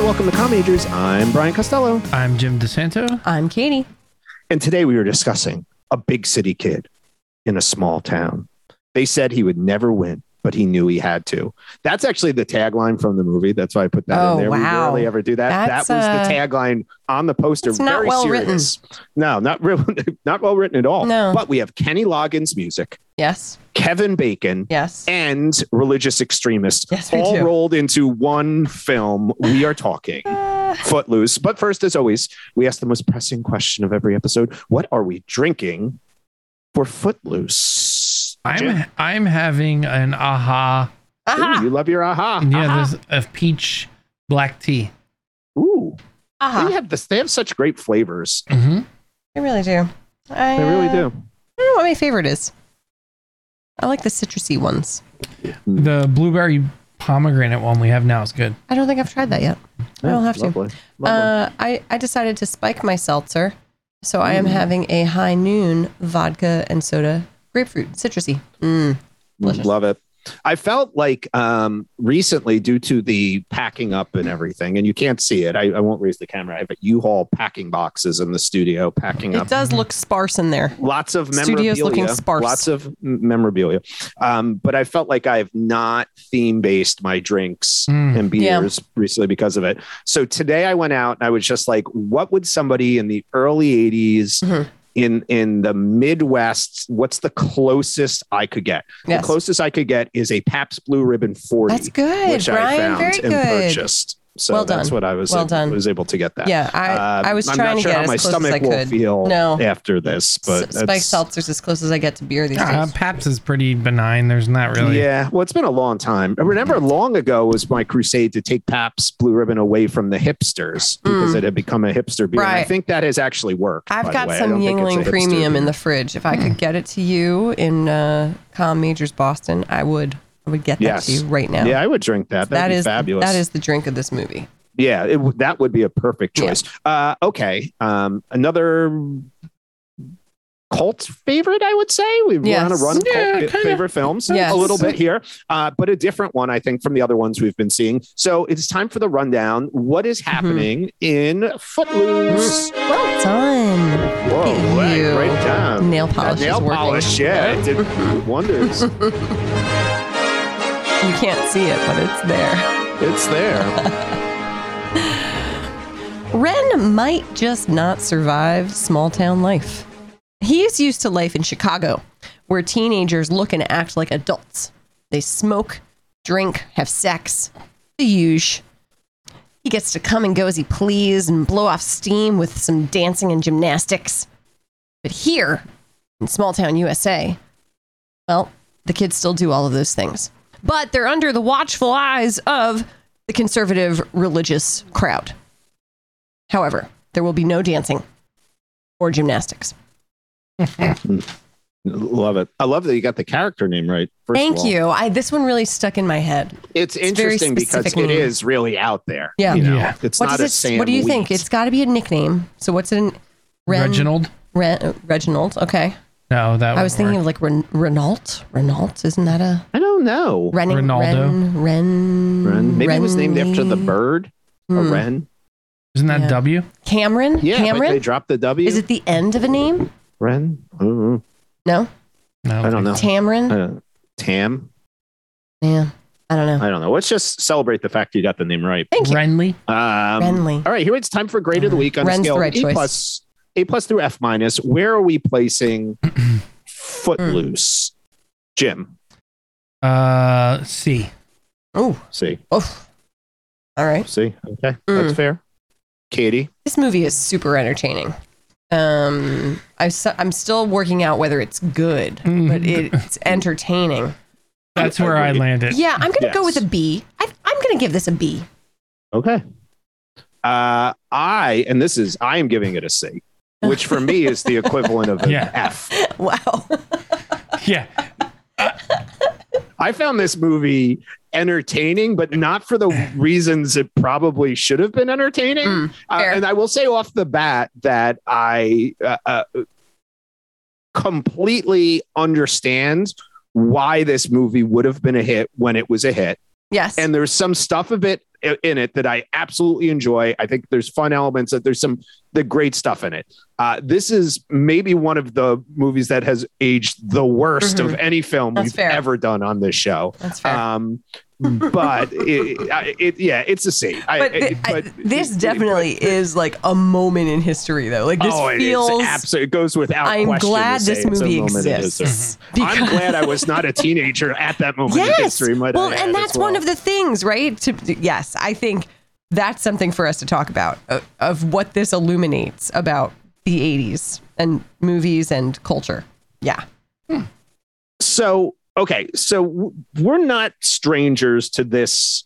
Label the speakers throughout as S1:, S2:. S1: welcome to Comediers. I'm Brian Costello,
S2: I'm Jim DeSanto.
S3: I'm Katie.
S1: and today we were discussing a big city kid in a small town. They said he would never win, but he knew he had to. That's actually the tagline from the movie. That's why I put that
S3: Oh,
S1: in there. We
S3: wow.
S1: rarely ever do that.
S3: That's,
S1: that was
S3: uh,
S1: the tagline on the poster.
S3: that's not
S1: Very
S3: well written.
S1: serious. No, not real, not well written at all.
S3: No.
S1: But we have Kenny Loggins music,
S3: Yes.
S1: Kevin Bacon,
S3: Yes.
S1: and religious extremists
S3: Yes, we
S1: all
S3: do.
S1: rolled into one film. We are talking
S3: Uh,
S1: Footloose. But first, as always, we ask the most pressing question of every episode What are we drinking for Footloose? Jim,
S2: I'm I'm having an aha.
S1: ooh,
S3: aha.
S1: you love your aha.
S2: Yeah,
S1: aha.
S2: there's a peach black tea.
S1: Ooh, they
S3: aha.
S1: have this. They have such great flavors.
S2: hmm
S3: I really do. I,
S1: They really
S3: uh,
S1: do.
S3: I don't know what my favorite is. I like the citrusy ones.
S2: The blueberry pomegranate one we have now is good.
S3: I don't think I've tried that yet. I don't have to.
S1: lovely. Lovely. Mm,
S3: Uh, I, I decided to spike my seltzer. So I am having a high noon vodka and soda grapefruit, citrusy. Mm. delicious.
S1: Love it. I felt like um, recently, due to the packing up and everything, and you can't see it. I, I won't raise the camera. I have a U-Haul packing boxes in the studio, packing
S3: It
S1: up
S3: does look sparse in there.
S1: lots of memorabilia.
S3: Studio's looking sparse.
S1: Lots of m- memorabilia. Um, but I felt like I've not theme based my drinks
S2: Mm.
S1: and
S3: Yeah.
S1: beers recently because of it. So today I went out and I was just like, what would somebody in the early 80s
S3: Mhm.
S1: in in the Midwest, what's the closest I could get?
S3: Yes.
S1: The closest I could get is a Pabst Blue Ribbon 40,
S3: That's good,
S1: which I
S3: Brian.
S1: found
S3: Very
S1: and
S3: good.
S1: purchased. So
S3: Well
S1: that's
S3: done.
S1: what I was
S3: Well
S1: able,
S3: done.
S1: was able to get that.
S3: Yeah, I,
S1: Um,
S3: I was
S1: I'm
S3: trying
S1: not
S3: to
S1: sure
S3: get
S1: how
S3: as
S1: my
S3: close
S1: stomach
S3: as I
S1: will
S3: could.
S1: feel
S3: No.
S1: after this, but
S3: S- spike
S1: that's-
S3: seltzer's as close as I get to beer these
S2: Uh,
S3: days.
S2: Paps is pretty benign. There's not really.
S1: Yeah, well, it's been a long time. I remember
S3: Mm-hmm.
S1: long ago was my crusade to take Pabst Blue Ribbon away from the hipsters because
S3: Mm.
S1: it had become a hipster beer. And I
S3: Right.
S1: think that has actually worked. by
S3: I've
S1: the
S3: got
S1: way. I
S3: some
S1: don't think it's a
S3: Yingling
S1: hipster Mm.
S3: Premium in
S1: beer.
S3: the fridge. If I could get it to you in uh, Com Majors Boston, I would. I would get that
S1: Yes.
S3: to you right now.
S1: Yeah, I would drink that. That'd
S3: that
S1: be
S3: is
S1: fabulous.
S3: that is the drink of this movie.
S1: yeah, it, w- that would be a perfect
S3: Yeah.
S1: choice. Uh, okay, um, another cult favorite, I would say. We've
S3: Yes.
S1: on a run of
S2: Yeah,
S1: cult fi-
S2: kinda.
S1: favorite films
S3: Yes.
S1: a little bit here, uh, but a different one, I think, from the other ones we've been seeing. So it's time for the rundown. What is
S3: Mm-hmm.
S1: happening in Footloose?
S3: Well done.
S1: Whoa,
S3: Look at
S1: that-
S3: you.
S1: great time.
S3: Nail
S1: That
S3: polish.
S1: nail
S3: is working.
S1: polish, yeah, it did wonders.
S3: You can't see it, but it's there.
S1: it's there.
S3: Ren might just not survive small town life. He is used to life in Chicago, where teenagers look and act like adults. They smoke, drink, have sex, the huge. He gets to come and go as he please and blow off steam with some dancing and gymnastics. But here, in small town USA, well, the kids still do all of those things. But they're under the watchful eyes of the conservative religious crowd. However, there will be no dancing or gymnastics.
S1: Love it. I love that you got the character name right. First of
S3: Thank
S1: all.
S3: you. I this one really stuck in my head.
S1: It's
S3: It's very
S1: interesting because
S3: specific
S1: it
S3: name.
S1: is really out there.
S3: Yeah.
S1: You know,
S2: Yeah.
S1: It's
S3: What
S1: not
S3: does
S1: a
S3: it-
S1: Sam
S3: What do you
S1: Wheat.
S3: think? It's got to be a nickname. So what's it? Ren,
S2: Reginald?
S3: Ren, uh, Reginald. Okay.
S2: No, that
S3: I was thinking of like Ren, Renault. Renault. Isn't that a
S1: I don't know.
S3: Ren?
S2: Ronaldo.
S3: Ren. Ren.
S1: Wren. Maybe it was named after the
S3: Renly-
S1: bird, a
S3: Hmm.
S1: wren.
S2: Isn't that
S3: Yeah.
S2: W?
S3: Hmm. Cameron.
S1: Yeah, but they
S3: Cameron.
S1: dropped the W.
S3: Is it the end of a name?
S1: wren? I don't know.
S3: No.
S2: No,
S1: I don't know.
S3: Tamron.
S1: Uh, Tam.
S3: Yeah. I don't know.
S1: I don't know. Let's just celebrate the fact you got the name right.
S3: Thank you.
S2: Renly.
S1: Um,
S3: Renly.
S1: All right, here it's time for grade of the week on a
S3: Ren's the
S1: scale
S3: right
S1: A
S3: choice.
S1: plus, A plus through F minus. Where are we placing Footloose? Jim,
S2: Uh, C.
S3: Oh.
S1: see,
S3: Oh. All right.
S1: see, okay, that's
S3: Mm.
S1: fair. Katie,
S3: this movie is super entertaining. Um, I su- I'm still working out whether it's good,
S2: Mm.
S3: but it's entertaining.
S2: That's where I
S1: Agreed.
S2: landed.
S3: Yeah, I'm gonna go
S1: Yes.
S3: with a B. I, I'm gonna give this a B.
S1: okay. Uh, I and this is I am giving it a C, which for me is the equivalent of an
S2: Yeah.
S1: F.
S3: Wow.
S2: Yeah.
S1: I found this movie entertaining, but not for the reasons it probably should have been entertaining.
S3: Mm,
S1: Uh,
S3: fair.
S1: and I will say off the bat that I uh, uh, completely understand why this movie would have been a hit when it was a hit.
S3: yes.
S1: And there's some stuff of it i- in it that I absolutely enjoy. I think there's fun elements that there's some the great stuff in it. Uh, this is maybe one of the movies that has aged the worst of any film
S3: Mm-hmm. That's
S1: we've
S3: fair.
S1: ever done on this show.
S3: That's fair.
S1: Um, but it, I- it, yeah, it's a C. I-
S3: but,
S1: I-
S3: thi- I- this
S1: it- it-
S3: definitely is like a moment in history, though. Like this
S1: oh, it is
S3: feels.
S1: absolutely. It goes without.
S3: I'm
S1: question
S3: glad
S1: to say
S3: this
S1: it's a
S3: movie
S1: moment in history.
S3: exists.
S1: I'm glad I was not a teenager at that moment
S3: yes.
S1: in history. might I
S3: well,
S1: add,
S3: and
S1: as
S3: that's one
S1: well.
S3: of the things, right? To, yes, I think that's something for us to talk about uh, of what this illuminates about the 80s and movies and culture. Yeah.
S1: so okay so w- we're not strangers to this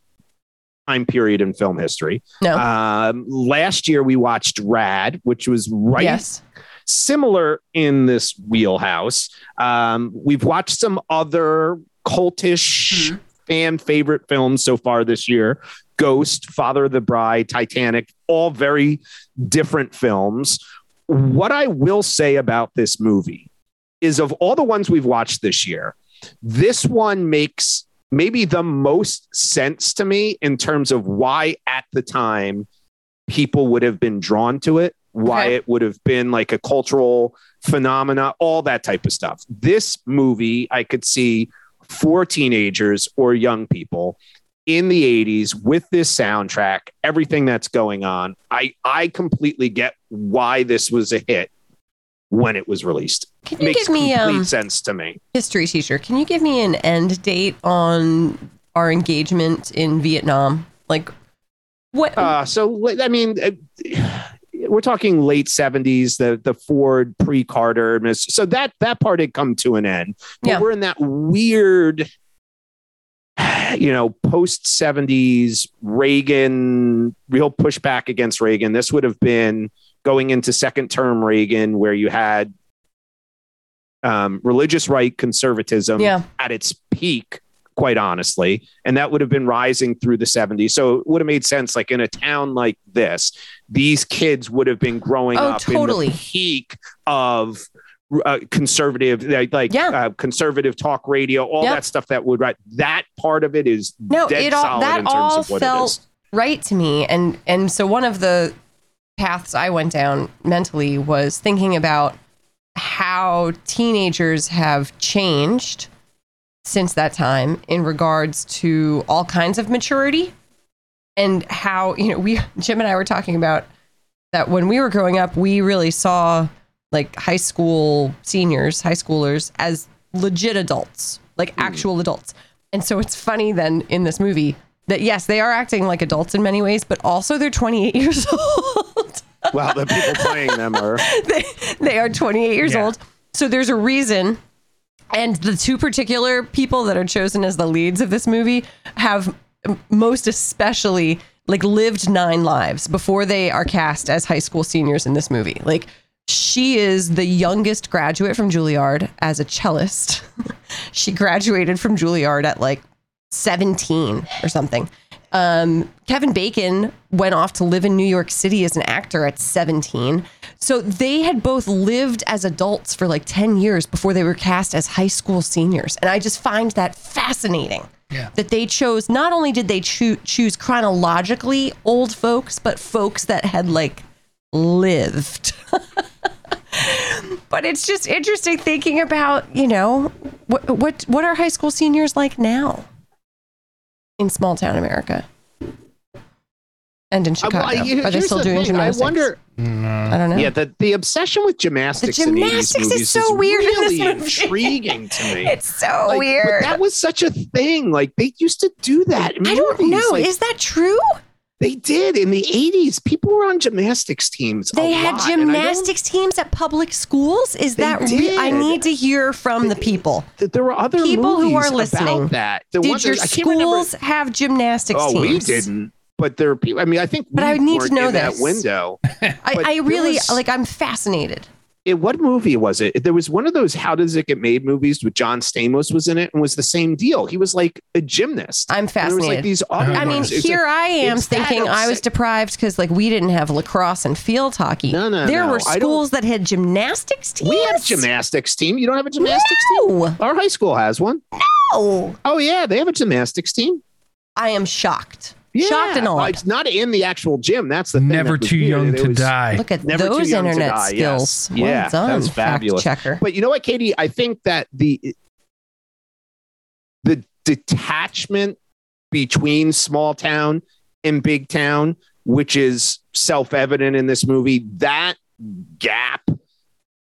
S1: time period in film history
S3: No.
S1: um, last year we watched rad which was right
S3: Yes.
S1: similar in this wheelhouse um, we've watched some other cultish fan favorite films so far this year ghost father of the bride titanic all very different films what i will say about this movie is of all the ones we've watched this year, this one makes maybe the most sense to me in terms of why at the time people would have been drawn to it, why
S3: Okay.
S1: it would have been like a cultural phenomena, all that type of stuff. This movie I could see for teenagers or young people in the 80s with this soundtrack, everything that's going on. I I completely get why this was a hit when it was released
S3: Can you
S1: makes
S3: give me
S1: complete
S3: um,
S1: sense to me.
S3: history teacher? Can you give me an end date on our engagement in Vietnam? Like what?
S1: Uh, so li- I mean, uh, we're talking late seventies, the the Ford pre Carter, so that that part had come to an end. But
S3: Yeah.
S1: we're in that weird, you know, post seventies Reagan real pushback against Reagan. This would have been going into second term Reagan, where you had um, religious right conservatism
S3: yeah.
S1: at its peak, quite honestly. And that would have been rising through the 70s. So it would have made sense, like in a town like this, these kids would have been growing
S3: Oh,
S1: up
S3: totally.
S1: in the peak of uh, conservative, like, like,
S3: Yeah.
S1: uh, conservative talk radio, all
S3: Yeah.
S1: that stuff that would, right? That part of it is
S3: No,
S1: dead
S3: it all
S1: solid
S3: that
S1: in terms
S3: all
S1: of what it
S3: felt
S1: is.
S3: right to me, and and so one of the paths I went down mentally was thinking about how teenagers have changed since that time in regards to all kinds of maturity, and how you know we Jim and I were talking about that when we were growing up, we really saw like high school seniors, high schoolers as legit adults, like actual adults. And so it's funny then in this movie that yes, they are acting like adults in many ways, but also they're 28 years old.
S1: Well, the people playing them are
S3: they, they are 28 years
S1: Yeah.
S3: old. So there's a reason. And the two particular people that are chosen as the leads of this movie have m- most especially like lived nine lives before they are cast as high school seniors in this movie. Like she is the youngest graduate from Juilliard as a cellist. she graduated from Juilliard at like 17 or something. Um, Kevin Bacon went off to live in New York City as an actor at 17. So they had both lived as adults for like 10 years before they were cast as high school seniors. And I just find that fascinating
S2: Yeah.
S3: that they chose, not only did they choo- choose chronologically old folks, but folks that had like lived. but it's just interesting thinking about, you know, what, what, what are high school seniors like now? in small town America and in Chicago.
S1: I-
S3: Are they
S1: here's
S3: still
S1: the
S3: doing
S1: thing.
S3: gymnastics?
S1: I wonder.
S2: Mm, uh,
S3: I don't know.
S1: Yeah, the, the obsession with
S3: the
S1: gymnastics. in 80s
S3: gymnastics
S1: movies
S3: is so weird. in this
S1: Really
S3: movie.
S1: intriguing to me.
S3: It's so
S1: Like, but
S3: weird.
S1: that was such a thing. Like they used to do that. in
S3: I don't
S1: movies.
S3: know.
S1: Like,
S3: is that true?
S1: they did in the eighties. People were on gymnastics teams. a
S3: They had
S1: lot, and I don't-
S3: gymnastics teams at public schools. Is
S1: They
S3: that real? I
S1: did.
S3: need to hear from the people.
S1: th- There were other
S3: People who
S1: movies
S3: are listening,
S1: About that The
S3: Did
S1: ones-
S3: your
S1: I can't remember-
S3: schools have gymnastics
S1: Oh,
S3: teams?
S1: we didn't. But there are people. I mean, I think.
S3: But
S1: we
S3: I need to
S1: weren't
S3: know
S1: in that
S3: this.
S1: window.
S3: I,
S1: but
S3: I
S1: there
S3: really
S1: was-
S3: like. I'm fascinated.
S1: It, what movie was it? There was one of those "How Does It Get Made" movies with John Stamos was in it, and was the same deal. He was like a gymnast.
S3: I'm
S1: And there was like
S3: fascinated.
S1: these other.
S2: I
S3: I mean,
S1: ones. It's
S3: here I am
S1: it's that
S3: thinking I was
S1: upset-
S3: deprived because like we didn't have lacrosse and field hockey.
S1: No, no,
S3: there
S1: no,
S3: were
S1: I don't-
S3: schools that had gymnastics teams.
S1: like, we have gymnastics team. You don't have a gymnastics
S3: No,
S1: team. Our high school has one.
S3: no.
S1: Oh yeah, they have a gymnastics team.
S3: I am shocked. Shocked and awed.
S1: It's not in the actual gym. That's the thing that
S2: Never
S1: was
S2: too
S1: weird.
S2: young
S1: It
S2: to
S1: was-
S2: die.
S3: Look at
S1: Never too
S3: those
S1: young to
S3: internet
S1: die, yes.
S3: skills.
S1: Yeah,
S3: well
S1: that
S3: done,
S1: was fabulous.
S3: fact checker.
S1: But you know what, Katie? I think that the the detachment between small town and big town, which is self evident in this movie, that gap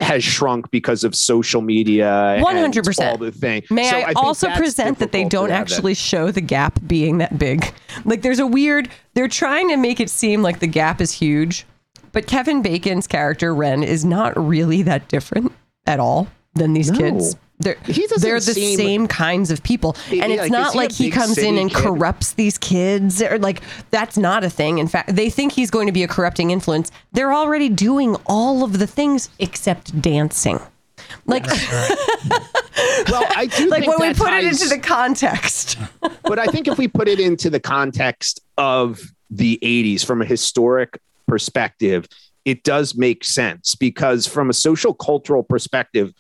S1: has shrunk because of social media. and
S3: 100%.
S1: All the thing.
S3: May
S1: So
S3: I,
S1: think
S3: also
S1: that's
S3: present that they
S1: difficult to
S3: don't
S1: have
S3: actually show the gap being that big? Like, there's a weird, they're trying to make it seem like the gap is huge, but Kevin Bacon's character, Ren, is not really that different at all than these
S1: No.
S3: kids. They're,
S1: He doesn't
S3: they're the
S1: seem-
S3: same kinds of people.
S1: Yeah,
S3: and it's
S1: like, is
S3: not
S1: he a
S3: like he
S1: big
S3: comes in
S1: city
S3: and
S1: kid?
S3: corrupts these kids or like that's not a thing. In fact, they think he's going to be a corrupting influence. They're already doing all of the things except dancing. Like,
S1: Well, I do
S3: like
S1: think
S3: when we
S1: that
S3: put it
S1: ties-
S3: into the context.
S1: but I think if we put it into the context of the 80s from a historic perspective, it does make sense because from a social cultural perspective,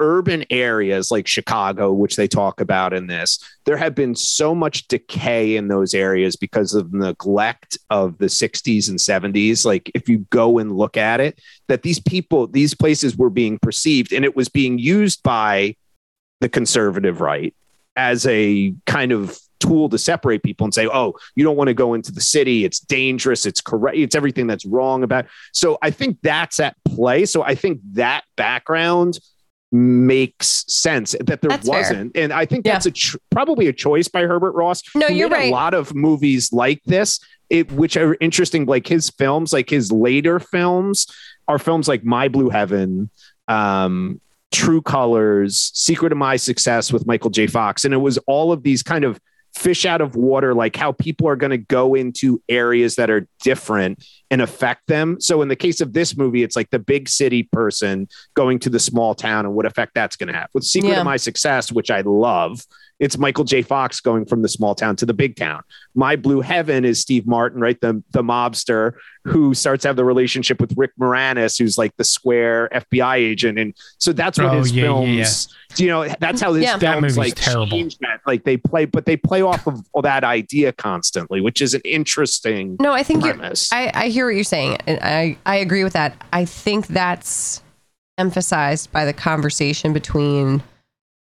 S1: urban areas like Chicago, which they talk about in this, there have been so much decay in those areas because of neglect of the 60s and 70s. Like, if you go and look at it, that these people, these places were being perceived and it was being used by the conservative right as a kind of tool to separate people and say, oh, you don't want to go into the city. It's dangerous. It's correct. It's everything that's wrong about. So I think that's at play. So I think that background makes sense that there
S3: That's fair.
S1: wasn't. And I think
S3: Yeah.
S1: that's a ch- probably a choice by Herbert Ross.
S3: No,
S1: who
S3: you're
S1: made
S3: right.
S1: A lot of movies like this, it, which are interesting, like his films, like his later films are films like My Blue Heaven, um, True Colors, Secret of My Success with Michael J. Fox. And it was all of these kind of fish out of water, like how people are going to go into areas that are different and affect them. So in the case of this movie, it's like the big city person going to the small town and what effect that's going to have. With Secret
S3: Yeah.
S1: of My Success, which I love, it's Michael J. Fox going from the small town to the big town. My Blue Heaven is Steve Martin, right? The the mobster who starts to have the relationship with Rick Moranis, who's like the square FBI agent. And so that's what
S2: Oh,
S1: his
S2: yeah, yeah,
S1: films,
S2: yeah.
S1: you know, that's how his
S3: Yeah.
S2: That
S1: films
S2: movie's
S1: like
S2: terrible.
S1: change that. Like they play, but they play off of all that idea constantly, which is an interesting
S3: No, I think you're,
S1: premise.
S3: I, I hear what you're saying, and I, I agree with that. I think that's emphasized by the conversation between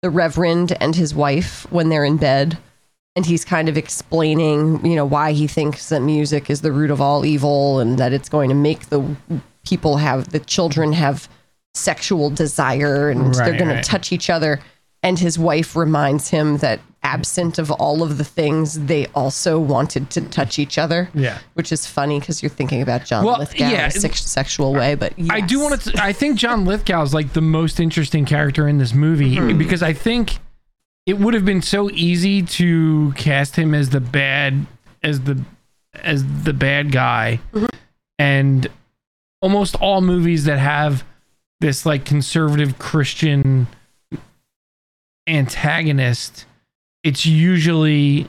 S3: the Reverend and his wife when they're in bed. And he's kind of explaining, you know, why he thinks that music is the root of all evil and that it's going to make the people have, the children have sexual desire and they're
S2: Right,
S3: going
S2: right.
S3: to touch each other. And his wife reminds him that absent of all of the things, they also wanted to touch each other
S2: Yeah.
S3: which is funny because you're thinking about John
S2: Well,
S3: Lithgow in
S2: yeah.
S3: a sex- sexual way, but
S2: I do want to. I think John Lithgow is like the most interesting character in this movie because I think it would have been so easy to cast him as the bad, as the as the bad guy, and almost all movies that have this like conservative Christian antagonist, it's usually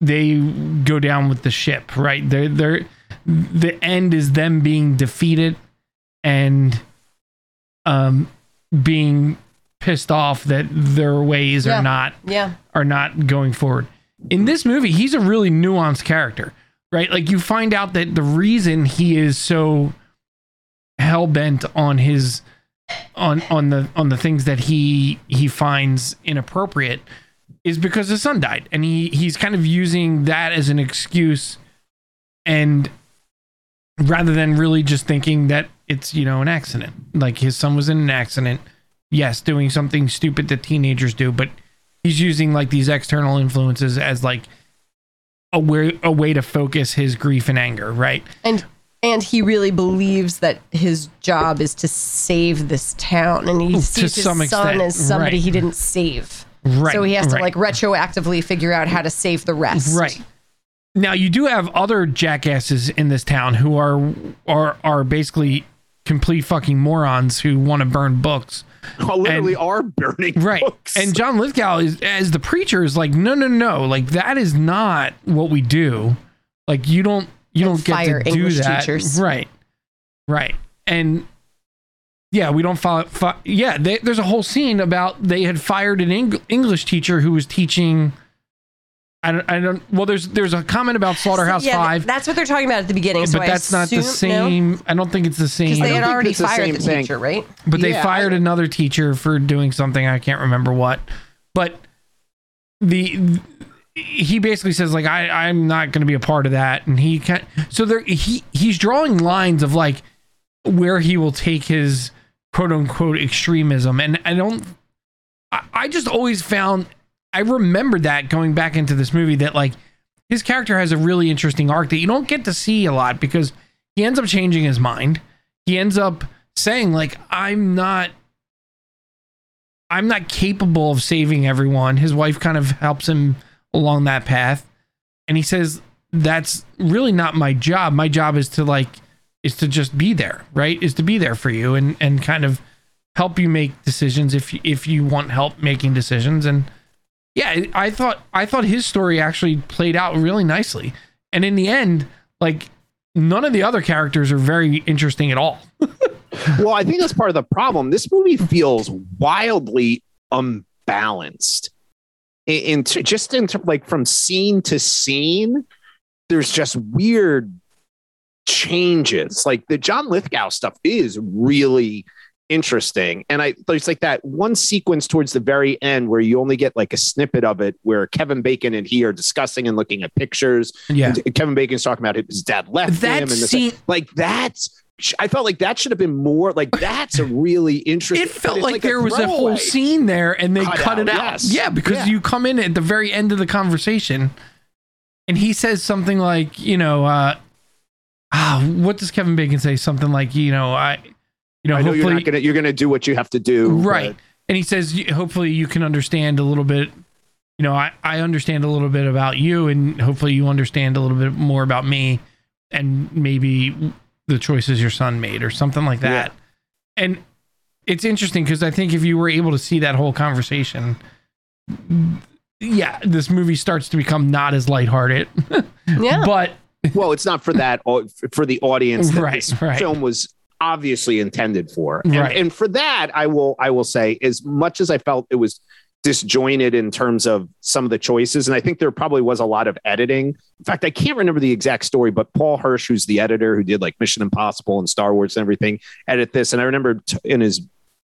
S2: they go down with the ship, right? They're they're the end is them being defeated and um being pissed off that their ways
S3: Yeah.
S2: are not
S3: Yeah,
S2: are not going forward. In this movie, he's a really nuanced character, right? Like you find out that the reason he is so hell bent on his on on the on the things that he he finds inappropriate is because his son died, and he he's kind of using that as an excuse, and rather than really just thinking that it's you know an accident, like his son was in an accident, yes, doing something stupid that teenagers do, but he's using like these external influences as like a way, a way to focus his grief and anger, right?
S3: and and he really believes that his job is to save this town, and he
S2: To
S3: sees his
S2: some
S3: son
S2: extent,
S3: as somebody
S2: right.
S3: he didn't save,
S2: Right.
S3: so he has
S2: right,
S3: to like retroactively figure out how to save the rest.
S2: right. Now you do have other jackasses in this town who are are are basically complete fucking morons who want to burn books.
S1: Oh, literally are burning
S2: right
S1: books.
S2: and john lithgow is as the preacher is like no no no like that is not what we do like you don't you
S3: And
S2: don't get
S3: fire
S2: to do
S3: English
S2: that
S3: teachers.
S2: right right and yeah we don't follow fi- yeah they, there's a whole scene about they had fired an Eng- english teacher who was teaching I don't, I don't. Well, there's there's a comment about Slaughterhouse
S3: Yeah,
S2: Five,
S3: That's what they're talking about at the beginning. so
S2: but
S3: I
S2: that's not the
S3: assume- no?
S2: same. I don't think it's the same.
S3: Because they had
S1: think
S3: already
S1: it's the
S3: fired
S1: same
S3: the
S1: thing.
S3: teacher, right?
S2: but they
S1: Yeah, I-
S2: fired another teacher for doing something I can't remember what. But the he basically says like I I'm not going to be a part of that, and he can so there he he's drawing lines of like where he will take his quote unquote extremism, and I don't I, I just always found I remembered that going back into this movie that like his character has a really interesting arc that you don't get to see a lot because he ends up changing his mind. He ends up saying like I'm not I'm not capable of saving everyone. His wife kind of helps him along that path. And he says that's really not my job. My job is to like is to just be there, right? Is to be there for you and and kind of help you make decisions if you, if you want help making decisions and yeah it- i thought i thought his story actually played out really nicely and in the end like none of the other characters are very interesting at all
S1: Well, I think that's part of the problem. This movie feels wildly unbalanced. In, in t- just in t- like from scene to scene, there's just weird changes. Like the John Lithgow stuff is really interesting, and I there's like that one sequence towards the very end where you only get like a snippet of it, where Kevin Bacon and he are discussing and looking at pictures.
S2: yeah
S1: And Kevin Bacon's talking about his dad left him,
S2: that
S1: and this,
S2: scene
S1: like that's I felt like that should have been more like that's a really interesting.
S2: it felt
S1: it's
S2: like, there was a
S1: throwaway.
S2: whole scene there and they cut,
S1: Cut
S2: it
S1: out,
S2: out
S1: yes.
S2: yeah because
S1: Yeah.
S2: you come in at the very end of the conversation and he says something like you know uh ah, what does kevin bacon say something like you know i you know
S1: I know you're
S2: hopefully
S1: not gonna you're gonna do what you have to do.
S2: right and he says "You- hopefully you can understand a little bit you know I, I understand a little bit about you and hopefully you understand a little bit more about me and maybe the choices your son made or something like that and it's interesting because i think if you were able to see that whole conversation yeah this movie starts to become not as lighthearted
S3: Yeah.
S2: but
S1: but- well, it's not for that au- for the audience that
S2: Right,
S1: this
S2: right.
S1: film was obviously intended for. And,
S2: Right.
S1: and for that, I will I will say as much as I felt it was disjointed in terms of some of the choices, and I think there probably was a lot of editing. In fact, I can't remember the exact story, but Paul Hirsch, who's the editor who did like Mission Impossible and Star Wars and everything, edit this. And I remember t- in his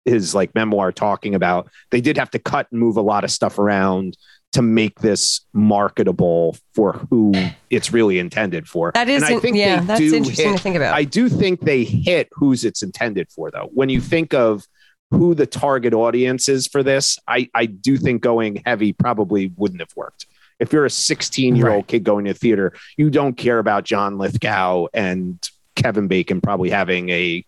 S1: his like memoir talking about they did have to cut and move a lot of stuff around to make this marketable for who it's really intended for.
S3: That is,
S1: and I think
S3: yeah,
S1: they
S3: that's
S1: do
S3: interesting
S1: hit-
S3: to think about.
S1: I do think they hit who's it's intended for, though. When you think of who the target audience is for this, I, I do think going heavy probably wouldn't have worked. If you're a 16 year old
S2: Right.
S1: kid going to theater, you don't care about John Lithgow and Kevin Bacon probably having a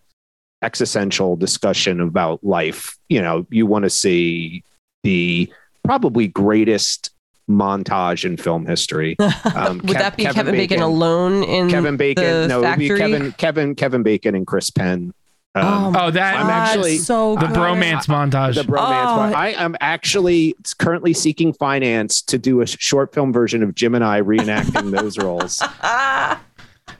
S1: existential discussion about life. You know, you want to see the probably greatest montage in film history. Um,
S3: Would
S1: Kev-
S3: that be Kevin, Bacon, alone in
S1: Kevin
S3: Mm, the
S1: Bacon. No, it'd be
S3: factory?
S1: Kevin, Kevin, Kevin Bacon and Chris Penn. Um,
S2: oh that
S1: I'm actually-
S3: so
S2: the
S3: good.
S2: bromance montage
S1: the bromance.
S3: Oh.
S1: one. I am actually currently seeking finance to do a short film version of Jim and I reenacting those roles.
S3: Ah,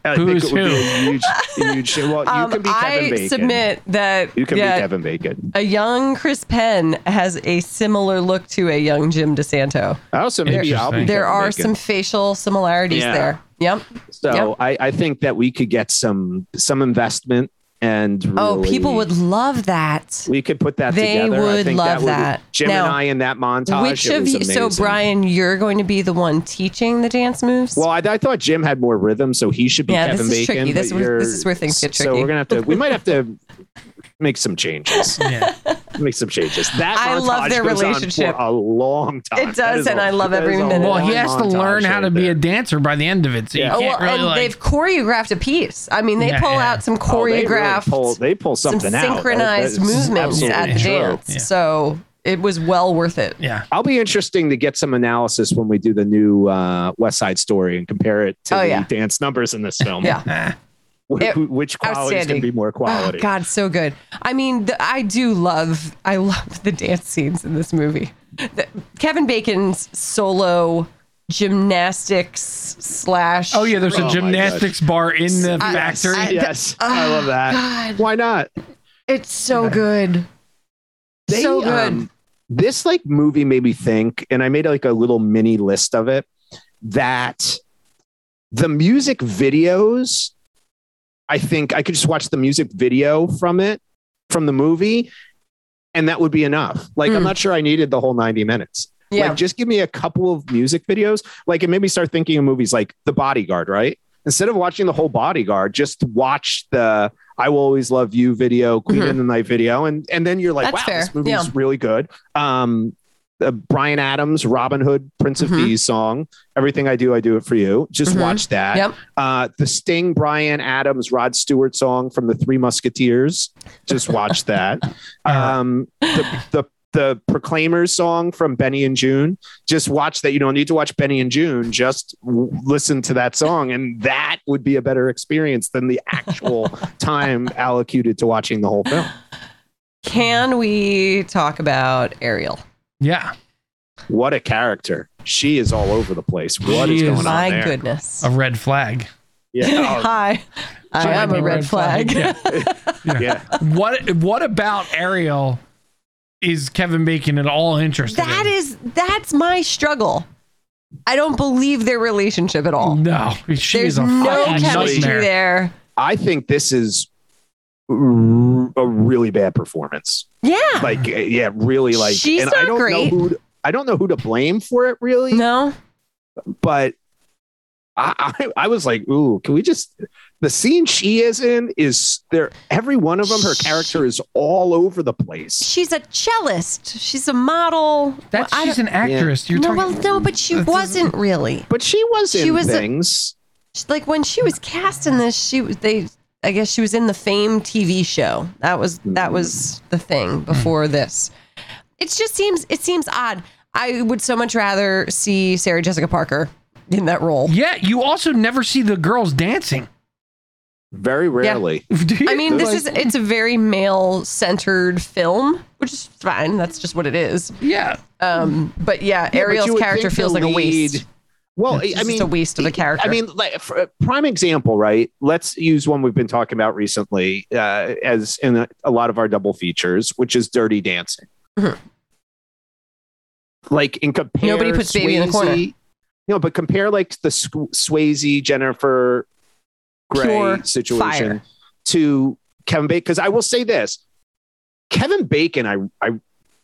S1: I
S2: Who's
S1: think it would
S2: who?
S1: be a huge, huge. show. Well,
S3: um,
S1: you can be Kevin
S3: I
S1: Bacon.
S3: submit that
S1: You can
S3: yeah,
S1: be Kevin Bacon.
S3: a young Chris Penn has a similar look to a young Jim DeSanto.
S1: Also, Oh, maybe I'll be.
S2: Interesting.
S3: There
S1: Kevin
S3: are
S1: Bacon.
S3: some facial similarities
S1: Yeah.
S3: there. Yep.
S1: So
S3: yeah.
S1: I, I think that we could get some some investment and.
S3: Oh,
S1: really-
S3: people would love that.
S1: We could put that
S3: They
S1: together. I
S3: would
S1: think
S3: love
S1: that. would-
S3: that.
S1: Jim and
S3: Now,
S1: I in that montage.
S3: Which
S1: it
S3: of
S1: was
S3: you? So,
S1: amazing.
S3: Brian, you're going to be the one teaching the dance moves.
S1: Well, I, I thought Jim had more rhythm, so he should be
S3: Yeah, this
S1: Kevin
S3: is tricky.
S1: Bacon.
S3: This
S1: but
S3: is-
S1: you're-
S3: this is where things get
S1: So
S3: tricky.
S1: we're gonna have to. We might have to make some changes.
S2: yeah
S1: Make some changes. That
S3: I
S1: montage
S3: love their
S1: goes on
S3: relationship.
S1: for a long time.
S3: It
S1: That
S3: does,
S1: is a-
S3: and I love
S1: that
S3: every
S1: is a
S3: minute.
S2: well
S1: long
S2: he has to
S1: montage
S2: learn how to
S1: right
S2: be a
S1: there.
S2: dancer by the end of it so
S1: Yeah.
S2: you
S3: Oh,
S2: can't
S3: well,
S2: really
S3: and
S2: like
S3: they've choreographed a piece. I mean, they
S2: Yeah,
S3: pull
S2: yeah.
S3: out some
S1: Oh, they really
S3: choreographed,
S1: pull, they pull
S3: some
S1: something out.
S3: synchronized
S1: That- that is
S3: movements
S1: absolutely
S3: at the
S1: true.
S3: dance.
S2: Yeah.
S3: So it was well worth it.
S2: yeah
S1: I'll be interesting to get some analysis when we do the new uh, West Side Story and compare it to
S3: Oh,
S1: the
S3: yeah.
S1: dance numbers in this film.
S3: Yeah.
S1: Wh-
S3: It-
S1: wh- which qualities
S3: outstanding.
S1: can be more quality?
S3: Oh, God, so good. I mean, the, I do love, I love the dance scenes in this movie. The, Kevin Bacon's solo gymnastics slash.
S2: Oh yeah, there's
S1: Oh,
S2: a
S1: my
S2: gymnastics bar in the
S3: I-
S2: factory.
S3: I-
S1: Yes, I love that.
S3: Oh, God,
S1: Why not?
S3: it's so good.
S1: They,
S3: so good.
S1: um, this like movie made me think, and I made like a little mini list of it. that the music videos, I think I could just watch the music video from it, from the movie, and that would be enough. Like, I'm
S3: Mm.
S1: not sure I needed the whole 90 minutes.
S3: Yeah.
S1: Like, just give me a couple of music videos. Like, it made me start thinking of movies like The Bodyguard, right? Instead of watching the whole Bodyguard, just watch the I Will Always Love You video, Queen in the Night video. And, and then you're like,
S3: Mm-hmm. That's
S1: wow,
S3: fair.
S1: this movie
S3: Yeah.
S1: is really good. Um, uh, Brian Adams, Robin Hood, Prince of
S3: Mhm.
S1: Thieves song, Everything I Do, I Do It For You. Just
S3: Mhm.
S1: watch that.
S3: Yep.
S1: Uh, the Sting, Brian Adams, Rod Stewart song from the Three Musketeers. Just watch that. um, the, the the Proclaimers song from Benny and June. Just watch that. You don't need to watch Benny and June. Just w- listen to that song, and that would be a better experience than the actual time allocated to watching the whole film.
S3: Can we talk about Ariel?
S2: Yeah.
S1: What a character! She is all over the place. What is
S2: She is-
S1: going on
S3: My
S1: there?
S3: goodness.
S2: A red flag.
S1: Yeah. Oh,
S3: Hi. I am a
S2: Shining
S3: red flag.
S1: yeah.
S2: What What about Ariel? Is Kevin Bacon at all interested?
S3: That
S2: in?
S3: is that's my struggle. I don't believe their relationship at all.
S2: no. She
S3: There's
S2: is a
S3: no
S2: fucking
S3: chemistry
S2: nightmare.
S3: there.
S1: I think this is r- a really bad performance.
S3: Yeah.
S1: like uh, yeah really like
S3: She's
S1: and
S3: not
S1: i don't
S3: great.
S1: know who to, i don't know who to blame for it really
S3: No.
S1: but I, I i was like ooh can we just the scene she is in is there every one of them her character is all over the place
S3: She's a cellist. She's a model.
S2: That's
S3: Well, I
S2: she's an actress. You're
S3: don't- no,
S2: talking.
S3: well, no, but she
S2: That doesn't-
S3: wasn't really.
S1: but she was in
S3: She was a-
S1: things
S3: She- like when she was cast in this she was they i guess she was in the fame tv show that was that was the thing before this it just seems it seems odd i would so much rather see sarah jessica parker in that role
S2: yeah. You also never see the girls dancing.
S1: very rarely
S2: Do you?
S3: i mean this is it's a very male centered film which is fine that's just what it is
S2: yeah.
S3: um but yeah
S1: Mm-hmm. Yeah, but
S3: ariel's
S1: you would
S3: character
S1: think
S3: feels
S1: the
S3: like a
S1: lead-
S3: waste
S1: well, I-
S3: It's
S1: I
S3: just
S1: mean,
S3: a waste of a character.
S1: I mean, like for a prime example, right? Let's use one we've been talking about recently, uh, as in a, a lot of our double features, which is Dirty Dancing.
S3: Mhm.
S1: Like in compare,
S3: Nobody puts Baby in the corner.
S1: Swayze- No, but compare like the Squ- Swayze Jennifer Gray
S3: Pure
S1: situation
S3: fire.
S1: to Kevin Bacon. Because I will say this, Kevin Bacon, I I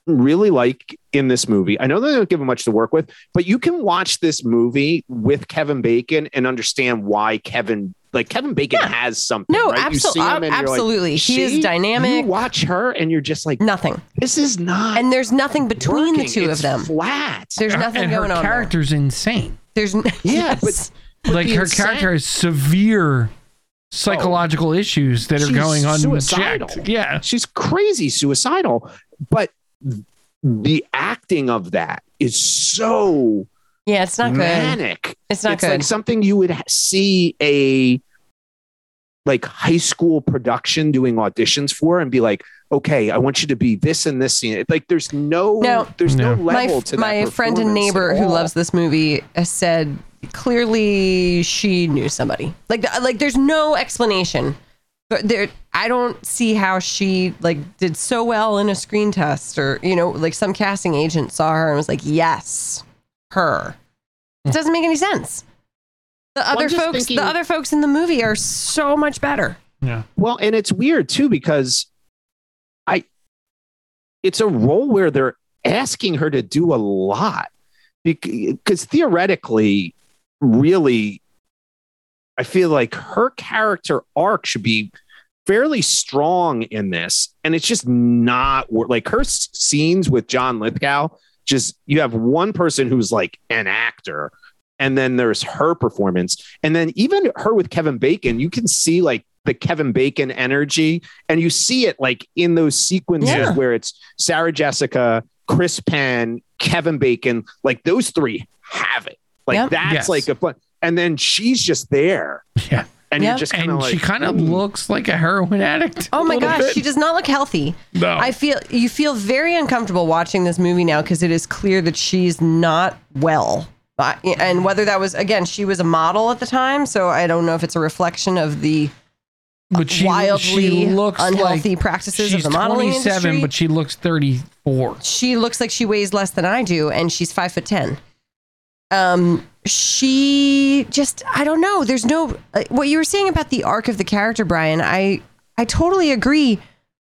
S1: really like in this movie. I know they don't give him much to work with, but you can watch this movie with Kevin Bacon and understand why Kevin like Kevin Bacon
S3: Yeah.
S1: has something.
S3: no
S1: right? You see
S3: absolutely
S1: him and you're like,
S3: absolutely he
S1: "She?"
S3: is
S1: You
S3: dynamic
S1: watch her and you're just like,
S3: nothing
S1: this is not
S3: and there's nothing between
S1: working.
S3: the two
S1: It's
S3: of them
S1: Flat.
S3: there's
S2: Her-
S3: nothing
S2: and
S3: going
S2: her
S3: on there.
S2: character's insane.
S3: There's n-
S1: Yeah, but
S3: yes.
S2: like
S1: the
S2: her
S1: insane-
S2: character has severe
S3: Oh.
S2: psychological issues that are
S1: She's
S2: going
S1: suicidal.
S2: unchecked. Yeah.
S1: She's crazy suicidal, but the acting of that is so
S3: yeah, it's not good.
S1: manic
S3: It's not
S1: it's
S3: good.
S1: like something you would ha- see a like high school production doing auditions for and be like okay i want you to be this and this scene It's like there's no,
S3: No.
S1: there's no,
S2: No.
S1: level
S3: my
S1: to that
S3: my friend and
S1: performance
S3: neighbor
S1: at
S3: who
S1: all.
S3: loves this movie has said clearly she knew somebody. Like th- like there's no explanation. But there I don't see how she like did so well in a screen test or you know like some casting agent saw her and was like, "Yes, her." It doesn't make any sense. The
S1: I'm
S3: other
S1: just
S3: folks
S1: thinking-
S3: the other folks in the movie are so much better.
S2: Yeah.
S1: well and it's weird too because i it's a role where they're asking her to do a lot because theoretically really i feel like her character arc should be fairly strong in this and it's just not wor- like her s- scenes with john lithgow just you have one person who's like an actor and then there's her performance and then even her with kevin bacon you can see like the kevin bacon energy and you see it like in those sequences
S3: Yeah.
S1: where it's sarah jessica chris penn kevin bacon like those three have it like
S3: Yep.
S1: that's
S2: Yes.
S1: like a fun and then she's just there
S2: Yeah.
S1: and
S3: Yep.
S1: you're just kind
S2: And
S1: of like
S2: she kind of
S1: "Hmm."
S2: looks like a heroin addict.
S3: Oh my
S2: a little
S3: gosh,
S2: bit.
S3: she does not look healthy.
S2: no.
S3: I feel you feel very uncomfortable watching this movie now because it is clear that she's not well. But- And whether that was again, she was a model at the time, so I don't know if it's a reflection of the
S2: but she,
S3: wildly
S2: she looks
S3: unhealthy
S2: like
S3: practices of
S2: she's
S3: the modeling
S2: 27,
S3: industry.
S2: but she looks 34.
S3: she looks like she weighs less than I do, and she's five foot ten. Um, she just i don't know there's no like, what you were saying about the arc of the character brian i i totally agree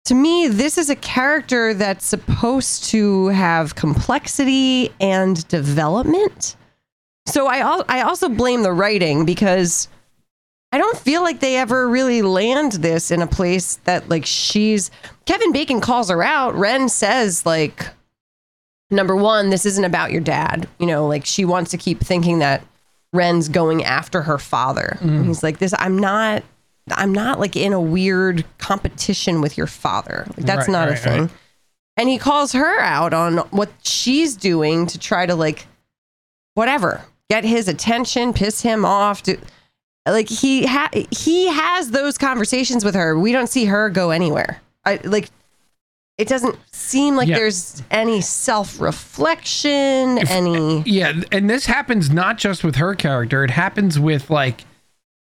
S3: to me this is a character that's supposed to have complexity and development so i al- i also blame the writing because i don't feel like they ever really land this in a place that like she's kevin bacon calls her out ren says like number one, this isn't about your dad. You know, like she wants to keep thinking that Ren's going after her father.
S2: Mm-hmm.
S3: He's like, this, I'm not, I'm not like in a weird competition with your father. Like, that's
S2: Right,
S3: not a
S2: right,
S3: thing.
S2: right.
S3: And he calls her out on what she's doing to try to like, whatever, get his attention, piss him off. Do, like he ha- he has those conversations with her. We don't see her go anywhere. I, like it doesn't seem like
S2: Yeah.
S3: there's any self reflection. Any
S2: Yeah, and this happens not just with her character, it happens with like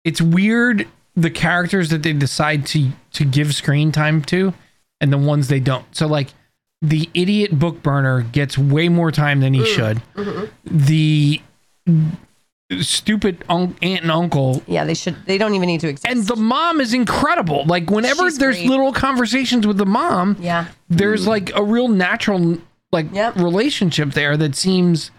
S2: it's weird the characters that they decide to to give screen time to and the ones they don't. So like the idiot book burner gets way more time than he
S3: Mm,
S2: should.
S3: mm-hmm.
S2: The stupid un- aunt and uncle
S3: yeah, they should. They don't even need to exist.
S2: and the mom is incredible. Like whenever
S3: She's
S2: there's
S3: great.
S2: little conversations with the mom,
S3: yeah,
S1: Mm.
S2: there's like a real natural like
S3: Yep.
S2: relationship there that seems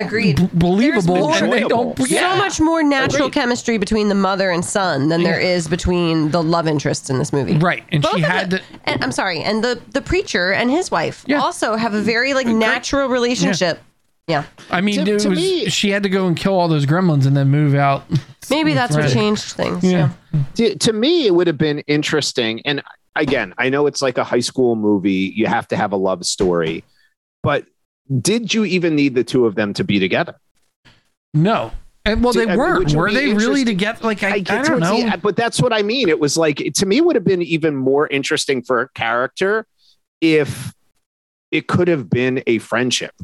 S3: agreed.
S2: b- believable
S3: more-
S2: and they don't
S1: Enjoyable.
S2: yeah.
S3: So much more natural
S1: Agreed.
S3: chemistry between the mother and son than there is between the love interests in this movie.
S2: Right, and
S3: Both
S2: she
S3: of
S2: had
S3: the,
S2: to-
S3: and, I'm sorry, and the the preacher and his wife
S2: Yeah.
S3: also have a very like natural relationship. Yeah,
S2: I mean,
S1: To-
S2: it
S1: to
S2: was
S1: me-
S2: she had to go and kill all those gremlins and then move out.
S3: maybe that's
S2: Right.
S3: what changed things.
S2: Yeah.
S1: to, to me it would have been interesting and again i know it's like a high school movie you have to have a love story but did you even need the two of them to be together
S2: No, and well,
S1: See,
S2: they
S1: I mean,
S2: weren't.
S1: uh, would you
S2: Were
S1: be
S2: they really
S1: interested-
S2: together? Like I, I,
S1: get
S2: don't
S1: towards
S2: know.
S1: the- e, but that's what I mean. It was like to me it would have been even more interesting for a character if it could have been a friendship.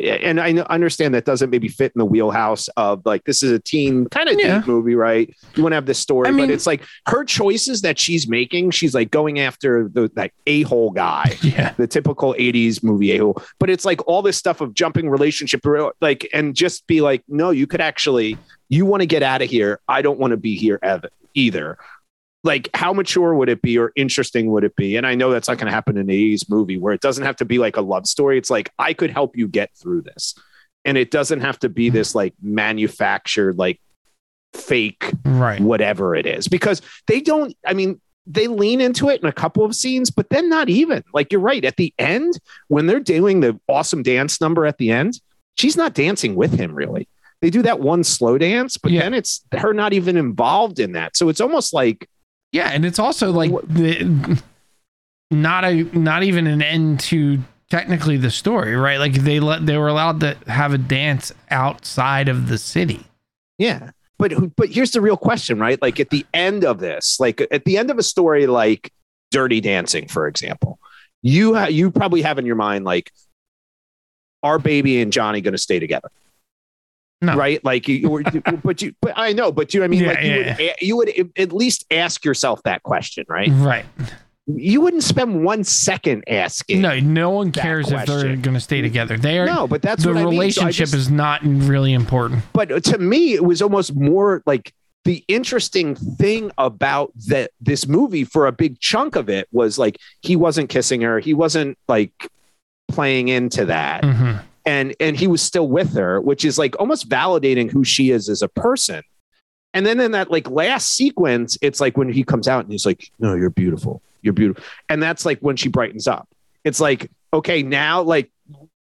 S1: And I understand that doesn't maybe fit in the wheelhouse of like this is a teen kind of
S2: Yeah.
S1: deep movie, right? You want to have this story,
S2: I mean-
S1: but it's like her choices that she's making. She's like going after the that a hole guy
S2: Yeah,
S1: the typical 80s movie a-hole but it's like all this stuff of jumping relationship like and just be like no you could actually you want to get out of here i don't want to be here ev- either like how mature would it be or interesting would it be and i know that's not going to happen in an 80s movie where it doesn't have to be like a love story it's like i could help you get through this and it doesn't have to be this like manufactured like fake
S2: right.
S1: whatever it is because they don't i mean they lean into it in a couple of scenes but then not even like you're right at the end when they're doing the awesome dance number at the end she's not dancing with him really they do that one slow dance but
S2: Yeah.
S1: then it's her not even involved in that so it's almost like
S2: Yeah, and it's also like
S1: What-
S2: the not a not even an end to technically the story, right? Like they let they were allowed to have a dance outside of the city.
S1: yeah but who- but here's the real question right like at the end of this like at the end of a story like dirty dancing for example you ha- you probably have in your mind like are baby and johnny going to stay together
S2: No,
S1: right? Like, you, or, but you, but I know, but you, I mean,
S2: Yeah,
S1: like you,
S2: yeah,
S1: would, a- you would a- at least ask yourself that question, right?
S2: right.
S1: You wouldn't spend one second asking.
S2: Mm. No, no one
S1: That
S2: cares if they're
S1: question.
S2: going to stay together. They are.
S1: No, but that's
S2: the
S1: what I mean. So I
S2: relationship
S1: just-
S2: is not really important.
S1: But to me, it was almost more like the interesting thing about that this movie for a big chunk of it was like he wasn't kissing her, he wasn't like playing into that.
S2: hmm
S1: and and he was still with her which is like almost validating who she is as a person and then in that like last sequence it's like when he comes out and he's like no you're beautiful you're beautiful and that's like when she brightens up it's like okay now like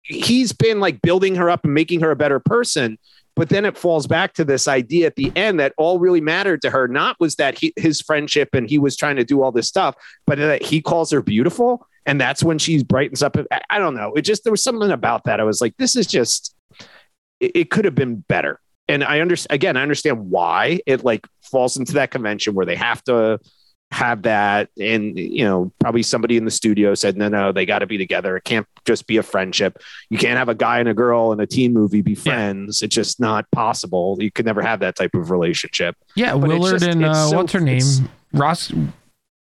S1: he's been like building her up and making her a better person but then it falls back to this idea at the end that all really mattered to her not was that he, his friendship and he was trying to do all this stuff but that he calls her beautiful and that's when she brightens up I- i don't know it just there was something about that i was like this is just it, it could have been better and i understand again i understand why it like falls into that convention where they have to have that and you know probably somebody in the studio said no no they got to be together it can't just be a friendship you can't have a guy and a girl in a teen movie be friends it's just not possible you could never have that type of relationship
S2: Yeah,
S1: But it's
S2: Willard
S1: just-
S2: and
S1: it's
S2: uh,
S1: so-
S2: what's her name?
S1: it's-
S2: Ross.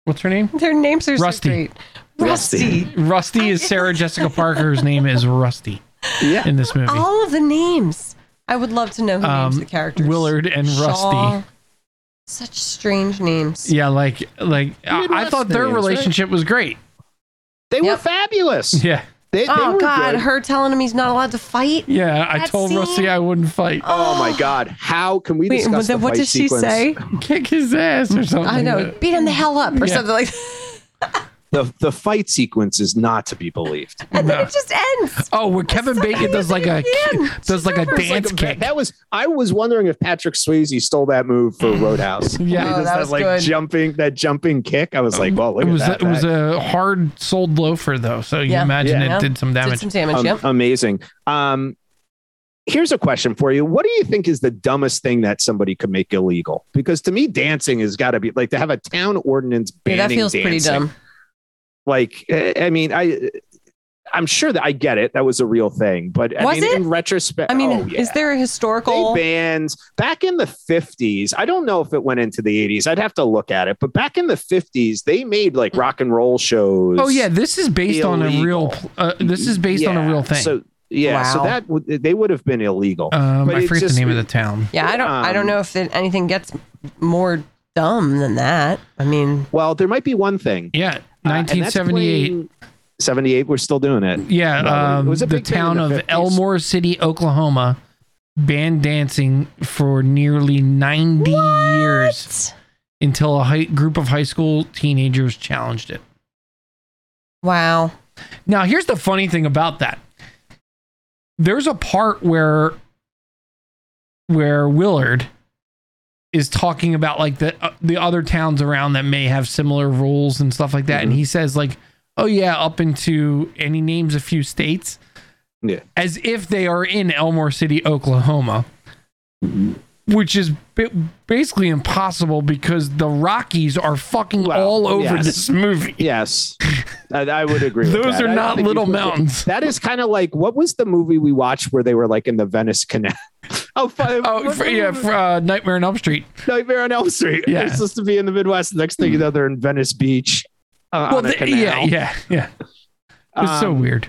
S2: What's her name?
S3: Their names are
S2: Rusty.
S3: so great.
S1: Rusty.
S3: Rusty.
S2: Rusty is Sarah Jessica Parker. Whose name is Rusty.
S1: Yeah.
S2: in this movie.
S3: All of the names. I would love to know who names
S2: Um,
S3: the characters.
S2: Willard and
S3: Shaw.
S2: Rusty.
S3: Such strange names.
S2: Yeah, like like I, I
S1: Midwest
S2: thought their
S1: names, right?
S2: relationship was great.
S1: They were
S3: Yep.
S1: fabulous.
S2: Yeah.
S1: They, they
S3: oh
S1: were
S3: God,
S1: good.
S3: her telling him he's not allowed to fight.
S2: Yeah, I
S3: That
S2: told
S3: scene-
S2: Rusty I wouldn't fight.
S1: Oh my God! How can we
S3: Wait,
S1: discuss
S3: but then
S1: the
S3: what
S1: fight
S3: did she
S1: sequence?
S3: say?
S2: Kick his ass or something.
S3: Oh. I know, beat him the hell up or
S2: Yeah.
S3: something like.
S1: The the fight sequence is not to be believed.
S3: And then
S2: No.
S3: it just ends.
S2: Oh, where Kevin Bacon does like a
S3: Again.
S2: does like a
S3: It's
S1: Like,
S2: dance kick.
S1: That was I was wondering if Patrick Swayze stole that move for Roadhouse.
S2: Yeah.
S1: He
S3: Oh,
S1: does
S3: that was
S1: like
S3: good. Um,
S1: jumping that jumping kick. I was like, well, look
S2: it was
S1: at that.
S2: it was
S1: That-
S2: a hard soled loafer though, so you
S3: Yeah.
S2: imagine
S1: Yeah.
S2: it did some
S3: Did
S2: damage.
S3: some damage.
S1: um,
S3: yep.
S1: amazing. Um, here's a question for you: What do you think is the dumbest thing that somebody could make illegal? Because to me, dancing has got to be like to have a town ordinance
S3: Yeah,
S1: banning
S3: that feels
S1: dancing.
S3: pretty dumb.
S1: like eh, i mean i i'm sure that i get it that was a real thing but i
S3: Was
S1: mean
S3: it?
S1: in retrospect
S3: I mean,
S1: oh, yeah.
S3: is there a
S1: they
S3: historical?
S1: banned back in the 50s i don't know if it went into the 80s i'd have to look at it but back in the 50s they made like rock and roll shows
S2: Oh yeah, this is based on a real.
S1: illegal.
S2: Uh, this is based on a
S1: Yeah,
S2: real thing.
S1: so yeah so
S3: Wow.
S1: that would they would have been illegal
S2: um,
S1: but
S2: I
S1: it
S2: forget
S1: just-
S2: the name of the town.
S3: Yeah, I don't. I don't
S1: um,
S3: know if it, anything gets more dumb than that. I mean,
S1: well there might be one thing
S2: Yeah,
S1: uh, and that's
S2: 1978.
S1: playing- 78 we're still doing it
S2: yeah,
S1: Well, it
S2: um,
S1: was a
S2: the
S1: big thing in
S2: town
S1: the
S2: of
S1: 50s.
S2: Elmore City, Oklahoma, banned dancing for nearly 90 years until a high, group of high school teenagers challenged it.
S3: wow.
S2: Now, here's the funny thing about that. There's a part where where Willard is talking about like the uh, the other towns around that may have similar rules and stuff like that and
S1: Mhm.
S2: he says like, "Oh yeah, up into and he names a few states."
S1: Yeah.
S2: As if they are in Elmore City, Oklahoma. Which is ba- basically impossible because the Rockies are fucking
S1: Well,
S2: all over
S1: yes.
S2: this movie.
S1: Yes, I, I would agree. with
S2: Those
S1: that.
S2: are
S1: I
S2: not
S1: think
S2: little
S1: you-
S2: mountains.
S1: That is kind of like what was the movie we watched where they were like in the Venice Canal? oh, fun,
S2: Oh, for, yeah, for, uh, Nightmare on Elm Street.
S1: Nightmare on Elm Street.
S2: Yeah. Hmm.
S1: They're supposed to be in the Midwest. The next thing you know, they're in Venice Beach. Uh, on a
S2: the-
S1: canal.
S2: yeah, yeah, yeah. It's so
S1: Um,
S2: weird.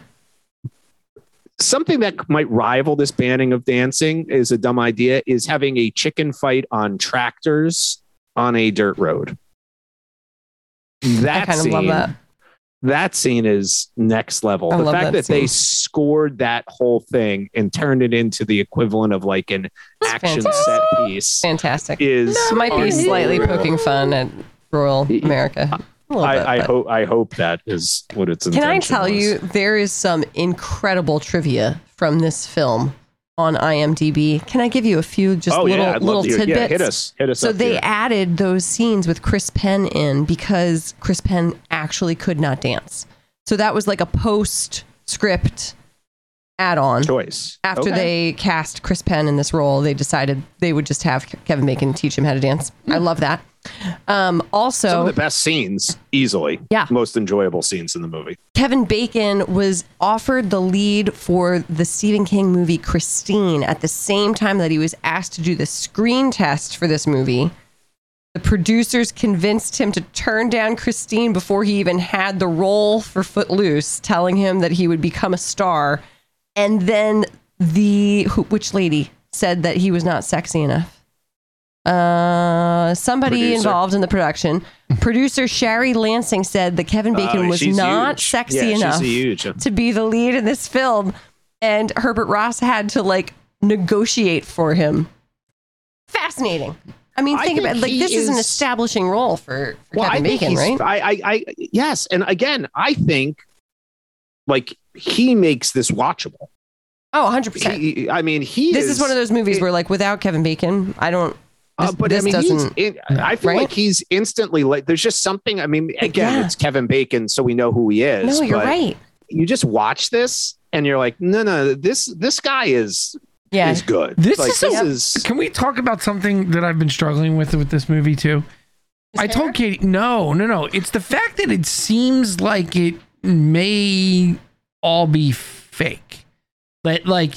S1: Something that might rival this banning of dancing is a dumb idea. Is having a chicken fight on tractors on a dirt road. That
S3: I kind of love
S1: scene-
S3: that.
S1: that scene is next level.
S3: I
S1: the
S3: love
S1: fact
S3: that
S1: that, they
S3: scene.
S1: scored that whole thing and turned it into the equivalent of like an
S3: That's
S1: action
S3: fantastic.
S1: set piece
S3: Fantastic.
S1: is
S3: Might be slightly
S1: unreal.
S3: poking fun at rural America. A little bit,
S1: I, I
S3: but-
S1: hope I hope that is what it's.
S3: Can I
S1: intention
S3: tell
S1: was.
S3: you there is some incredible trivia from this film on IMDb? Can I give you a few just
S1: oh
S3: little
S1: yeah, I'd
S3: little
S1: love to hear-
S3: tidbits?
S1: Yeah, hit us, hit us.
S3: So
S1: up
S3: they
S1: here.
S3: added those scenes with Chris Penn in because Chris Penn actually could not dance. So that was like a post script add on.
S1: choice
S3: After they cast Chris Penn in this role, they decided they would just have Kevin Bacon teach him how to dance. I
S1: Hmm.
S3: love that. Um, also,
S1: Some of the best scenes, easily.
S3: Yeah.
S1: Most enjoyable scenes in the movie.
S3: Kevin Bacon was offered the lead for the Stephen King movie Christine at the same time that he was asked to do the screen test for this movie. The producers convinced him to turn down Christine before he even had the role for Footloose, telling him that he would become a star. And then the who- which lady said that he was not sexy enough. Uh, somebody
S1: Producer?
S3: involved in the production, producer Sherry Lansing said that Kevin Bacon
S1: Uh,
S3: was
S1: she's
S3: not
S1: huge.
S3: sexy
S1: Yeah, she's
S3: enough
S1: huge.
S3: to be the lead in this film, and Herbert Ross had to like negotiate for him. Fascinating. I mean,
S1: I
S3: think,
S1: think
S3: about it. like
S1: he
S3: this is, an
S1: is-
S3: establishing role for, for
S1: well, I
S3: Kevin
S1: think
S3: Bacon, right?
S1: he's- I, I, I, yes, and again, I think like he makes this watchable.
S3: Oh, 100 percent.
S1: He, I mean, he.
S3: This is one of those movies
S1: it-
S3: where like without Kevin Bacon, I don't. This,
S1: uh, but I
S3: this
S1: mean, he's,
S3: doesn't.
S1: it, I feel
S3: Right?
S1: like he's instantly like. There's just something. I mean, again,
S3: yeah.
S1: it's Kevin Bacon, so we know who he is.
S3: No, you're
S1: but
S3: right.
S1: You just watch this, and you're like, no, no, this this guy is
S3: Yeah.
S1: is good.
S2: This
S1: like,
S2: is a-
S1: this is.
S2: Can we talk about something that I've been struggling with with this movie too? I told Katie, no, no, no. It's the fact that it seems like it may all be fake. That like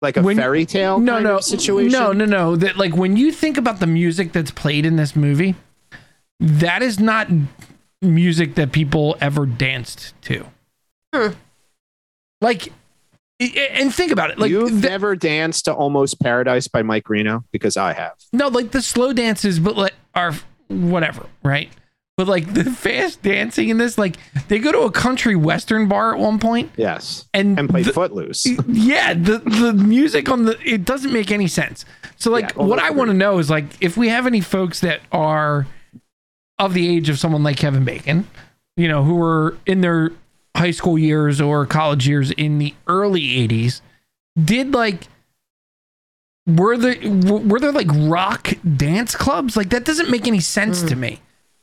S1: Like a
S2: when-
S1: fairy tale
S2: no,
S1: kind
S2: no
S1: of situation.
S2: No, no, no. That like when you think about the music that's played in this movie, that is not music that people ever danced to.
S3: Hmm.
S2: Like and think about it. Like
S1: You've
S2: the-
S1: never danced to Almost Paradise by Mike Reno because I have.
S2: no, like the slow dances, but like are whatever, right? But like the fast dancing in this, like they go to a country western bar at one point
S1: Yes.
S2: and,
S1: And played
S2: the-
S1: Footloose.
S2: yeah, the the music on the it doesn't make any sense. So like
S1: Yeah, well,
S2: what I
S1: agreed.
S2: want to know is like if we have any folks that are of the age of someone like Kevin Bacon, you know, who were in their high school years or college years in the early 80s, did like were there w- were there like rock dance clubs? Like that doesn't make any sense to me.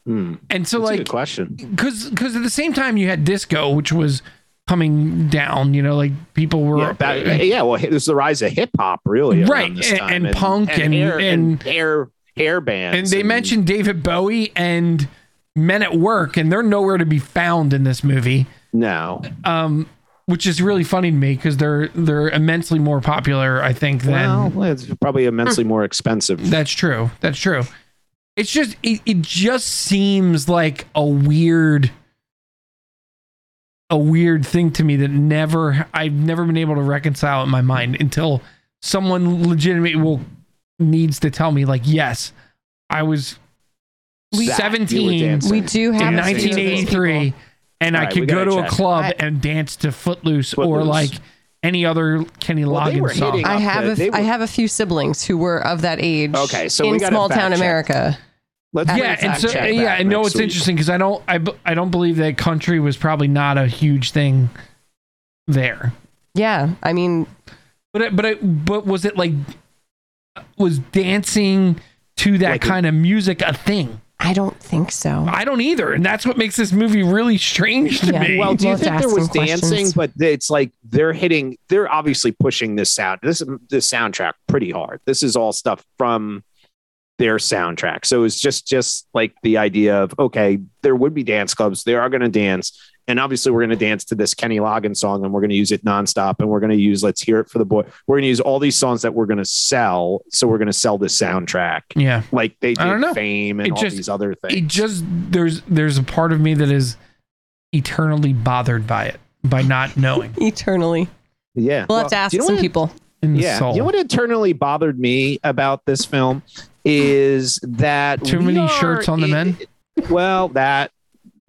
S1: Hmm.
S2: And so
S1: That's a
S2: like
S1: good question.
S2: cuz cuz at the same time you had disco which was coming down, you know, like people were
S1: Yeah, back- yeah, well, it was the rise of hip hop, really, around
S2: Right,
S1: this
S2: and-
S1: time,
S2: and punk and-
S1: hair,
S2: and-
S1: hair hair bands,
S2: and they mentioned David Bowie and Men at Work, and they're nowhere to be found in this movie,
S1: no,
S2: um, which is really funny to me because they're they're immensely more popular, I think, than
S1: well, it's probably immensely more expensive.
S2: that's true. That's true. It's just it, it just seems like a weird a weird thing to me that never I've never been able to reconcile in my mind until someone legitimately will needs to tell me like yes, I was
S1: We- Zach, you were
S2: 17
S1: dancing.
S3: We do have
S2: in
S1: Haven't seen those
S2: 1983 and
S1: All
S2: I
S1: right, we
S2: could go
S1: gotta
S2: to a
S1: check.
S2: club
S3: I-
S2: and dance to Footloose, or
S1: Footloose.
S2: like any other Kenny
S1: Well, they were
S2: Loggins song.
S1: hitting
S3: I
S1: up
S3: have
S1: the-
S3: a f-
S1: they
S3: I
S1: were-
S3: have a few siblings who were of that age.
S1: Okay, so we
S3: in
S1: gotta
S3: small town
S1: fact check.
S3: America,
S1: Let's
S2: yeah,
S1: fact
S2: and so
S1: check
S2: yeah,
S1: that
S2: I know
S1: next
S2: it's
S1: week.
S2: interesting because I don't I, b- I don't believe that country was probably not a huge thing there.
S3: yeah, I mean,
S2: But it, but it, but was it like was dancing to that
S1: Like a-
S2: kind of music a thing?
S3: I don't think so.
S2: I don't either, and that's what makes this movie really strange to
S3: Yeah.
S2: me.
S1: Well, do you
S3: We'll have
S1: think
S3: to
S1: there
S3: ask
S1: was
S3: some questions.
S1: dancing? But it's like they're hitting. They're obviously pushing this sound. This this soundtrack pretty hard. This is all stuff from their soundtrack. So it's just just like the idea of okay, there would be dance clubs. They are going to dance, and obviously we're going to dance to this Kenny Loggins song, and we're going to use it nonstop, and we're going to use "Let's Hear It for the Boy." We're going to use all these songs that we're going to sell. So we're going to sell this soundtrack,
S2: yeah,
S1: like they
S2: I don't know.
S1: did Fame and
S2: It
S1: all
S2: just-
S1: these other things.
S2: it just there's there's a part of me that is eternally bothered by it by not knowing
S3: Eternally,
S1: yeah,
S3: we'll have to
S1: Well,
S3: ask
S1: do you know
S3: some
S1: what it-
S3: people.
S2: in the
S1: yeah.
S2: soul.
S1: You know what eternally bothered me about this film is that
S2: Too
S1: we
S2: many
S1: are-
S2: shirts on the men?
S1: Well, that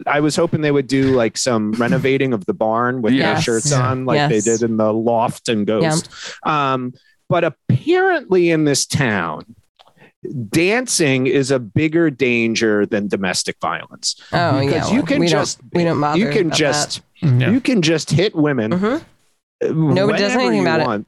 S1: I was hoping they would do like some renovating of the barn with
S3: Yes.
S1: no shirts
S2: Yeah.
S1: on, like
S3: Yes.
S1: they did in the loft and Ghost. Um, but apparently, in this town, dancing is a bigger danger than domestic violence
S3: Oh yeah,
S1: because you
S3: well,
S1: can
S3: we
S1: just
S3: don't, we don't bother.
S1: you can
S3: about
S1: just
S2: Yeah.
S1: you can just hit women.
S3: Mhm.
S1: Nobody
S3: does anything about it.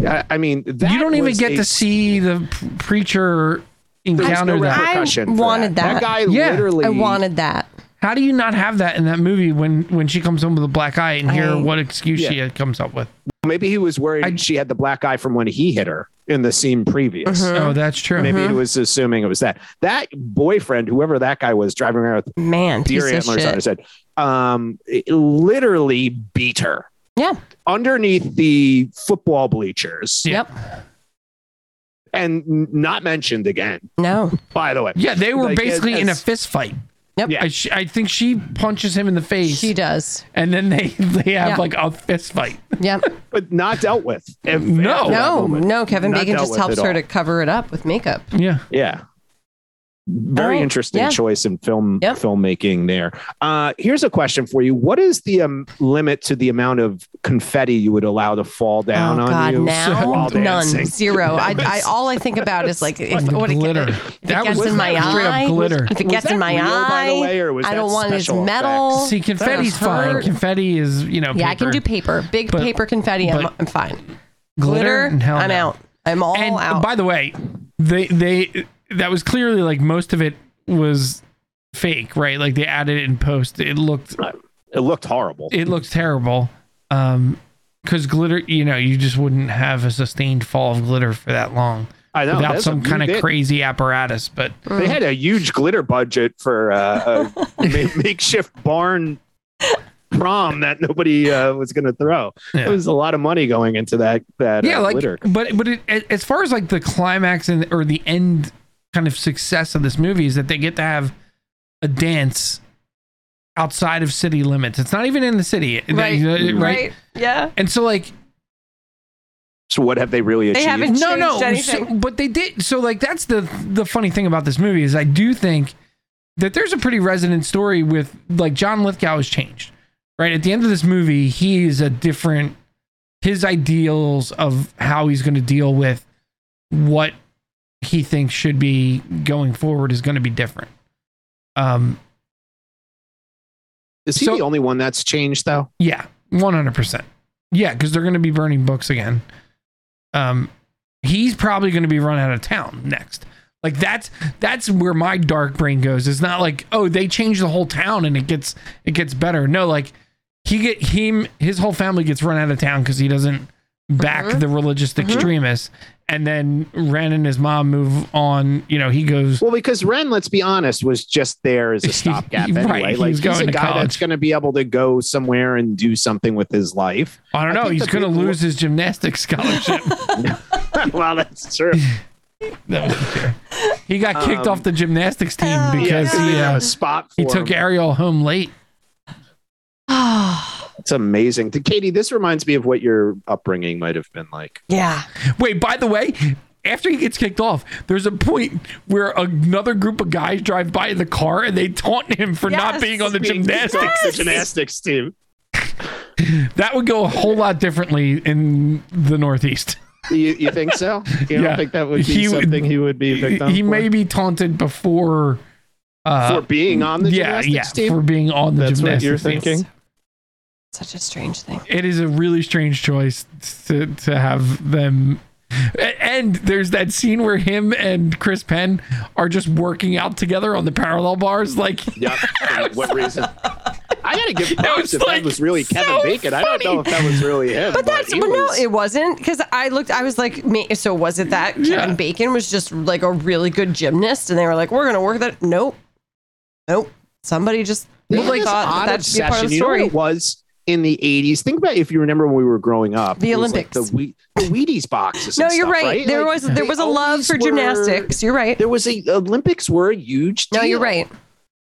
S1: it. I, I mean, that
S2: you don't even
S1: was
S2: get
S1: a
S2: to see the p- preacher
S1: There was
S2: encounter
S1: no
S2: that.
S1: repercussion
S3: I
S1: for
S3: wanted that.
S1: That guy
S2: Yeah.
S1: literally.
S3: that. I wanted that.
S2: How do you not have that in that movie when when she comes home with a black eye and hear
S3: I-
S2: what excuse
S1: Yeah.
S2: she comes up with?
S1: Maybe he was worried
S2: I-
S1: she had the black eye from when he hit her in the scene previous.
S3: Mhm.
S2: Oh, that's true.
S1: Maybe he was assuming it was that. That boyfriend, whoever that guy was, driving around with
S3: Man, piece
S1: deer
S3: of
S1: antlers on
S3: shit.
S1: his head, um, it literally beat her.
S3: Yeah.
S1: Underneath the football bleachers,
S2: Yeah.
S3: Yep.
S1: and n- not mentioned again.
S3: No.
S1: By the way,
S2: Yeah, they were
S1: Like,
S2: basically in a
S1: as-
S2: fist fight.
S3: Yep.
S1: Yeah.
S2: I, sh- I think she punches him in the face,
S3: She does.
S2: and then they they have
S3: Yeah.
S2: like a fist fight.
S3: Yep.
S1: but not dealt with. If-
S2: No.
S1: after that
S3: no,
S1: moment.
S3: no. Kevin
S1: Not
S3: Bacon
S1: dealt
S3: just
S1: with
S3: helps
S1: at
S3: her
S1: all.
S3: to cover it up with makeup.
S2: Yeah,
S1: Yeah. Very
S3: Alright,
S1: interesting
S3: yeah.
S1: choice in film
S3: Yep.
S1: filmmaking there. Uh, here's a question for you: What is the um, limit to the amount of confetti you would allow to fall down
S3: oh
S1: on
S3: God,
S1: you
S3: now
S1: while
S3: none,
S1: dancing?
S3: zero. I, I all I think about is like if,
S2: Fucking
S3: what it,
S2: glitter.
S3: if it
S2: That
S3: gets
S2: was
S3: in my
S2: straight up
S3: eye,
S2: glitter.
S3: if it
S1: Was
S3: gets
S1: that
S3: in my
S1: real, by the
S3: eye,
S1: way, or was
S3: I
S1: that
S3: don't want it as
S1: special
S3: metal.
S1: effects?
S2: see, confetti's fine.
S3: hurt.
S2: Confetti is you know.
S3: Yeah, I can
S2: paper.
S3: do paper, big
S2: But-
S3: paper confetti. I'm,
S2: but-
S3: I'm fine.
S2: glitter.
S3: Glitter,
S2: and hell
S3: I'm
S2: no.
S3: out. I'm all
S2: and
S3: out.
S2: by the way, they they that was clearly like most of it was fake, right? Like they added it in post. It looked
S1: It looked horrible.
S2: it looked terrible. Um because glitter, you know, you just wouldn't have a sustained fall of glitter for that long
S1: I know.
S2: without
S1: that's
S2: some
S1: a-
S2: kind
S1: they-
S2: of crazy apparatus. But
S1: They had a huge glitter budget for uh, a ma- makeshift barn prom that nobody uh, was going to throw.
S2: Yeah.
S1: There was a lot of money going into that. That
S2: yeah,
S1: uh,
S2: like,
S1: glitter.
S2: but but it, a- as far as like the climax and or the end kind of success of this movie is that they get to have a dance outside of city limits. It's not even in the city, right? right?
S3: Yeah.
S2: And so like
S1: So what have they really
S3: They
S1: achieved?
S3: haven't
S2: no, no,
S3: changed
S2: so-
S3: anything.
S2: but they did. So like that's the the funny thing about this movie is I do think that there's a pretty resonant story with like John Lithgow has changed. Right at the end of this movie, he is a different. His ideals of how he's going to deal with what he thinks should be going forward is going to be different. Um,
S1: Is he
S2: so-
S1: the only one that's changed though?
S2: Yeah, one hundred percent. Yeah, because they're going to be burning books again. Um, he's probably going to be run out of town next. Like that's that's where my dark brain goes. It's not like oh they change the whole town and it gets it gets better. No, like he get him his whole family gets run out of town because he doesn't back
S1: Mm-hmm.
S3: Mhm.
S2: the religious extremists. And then Ren and his mom move on. You know he goes
S1: Well, because Ren, let's be honest, was just there as a stopgap
S2: Right,
S1: anyway.
S2: he was
S1: like he's
S2: going
S1: a
S2: to
S1: guy
S2: college.
S1: that's going to be able to go somewhere and do something with his life.
S2: I don't
S1: I
S2: know
S1: think
S2: he's
S1: the
S2: going to
S1: people-
S2: lose his gymnastics scholarship.
S1: well, that's true.
S2: That was fair. He got kicked
S1: Um,
S2: off the gymnastics team
S3: Oh,
S2: because
S3: yeah.
S2: he
S1: yeah.
S2: uh,
S1: a spot for
S2: he took
S1: him.
S2: Ariel home late.
S1: It's amazing. Katie, this reminds me of what your upbringing might have been like.
S3: yeah.
S2: Wait, by the way, after he gets kicked off, there's a point where another group of guys drive by in the car and they taunt him for not
S3: Yes.
S2: being on the
S1: Being kicked
S2: gymnastics.
S1: off the gymnastics team.
S2: That would go a whole lot differently in the Northeast.
S1: You, you think so? You
S2: Yeah.
S1: don't think that would be
S2: He would-
S1: something he would be a victim
S2: he
S1: for?
S2: may be taunted before.
S1: for
S2: Uh,
S1: being on the
S2: yeah, yeah,
S1: gymnastics team.
S2: for being on the
S1: That's what
S2: gymnastics
S1: you're
S2: team.
S1: thinking.
S3: Such a strange thing.
S2: it is a really strange choice to to have them a- and there's that scene where him and Chris Penn are just working out together on the parallel bars. Like
S1: Yep. For what reason? I gotta give
S2: was
S1: props if
S2: like
S1: that was really Kevin
S2: so
S1: Bacon. I don't know if that was really him.
S3: But that's
S1: he
S3: well, no,
S1: was-
S3: it wasn't because I looked. I was like, ma- so was it that
S2: Yeah.
S3: Kevin Bacon was just like a really good gymnast, and they were like, we're gonna work that. Nope, nope. Somebody just
S1: They had
S3: really
S1: this
S3: thought
S1: odd
S3: that should be part of
S1: obsession.
S3: the
S1: You know what
S3: story.
S1: it was in the 80s. Think about if you remember when we were growing up.
S3: The
S1: it was like
S3: Olympics.
S1: the, Wheat, the Wheaties boxes.
S3: no,
S1: and
S3: you're
S1: stuff,
S3: right. There
S1: Like,
S3: was there
S1: they
S3: was a love
S1: always
S3: for
S1: were-
S3: gymnastics. You're right.
S1: There was a Olympics were a huge. Deal.
S3: No, you're right.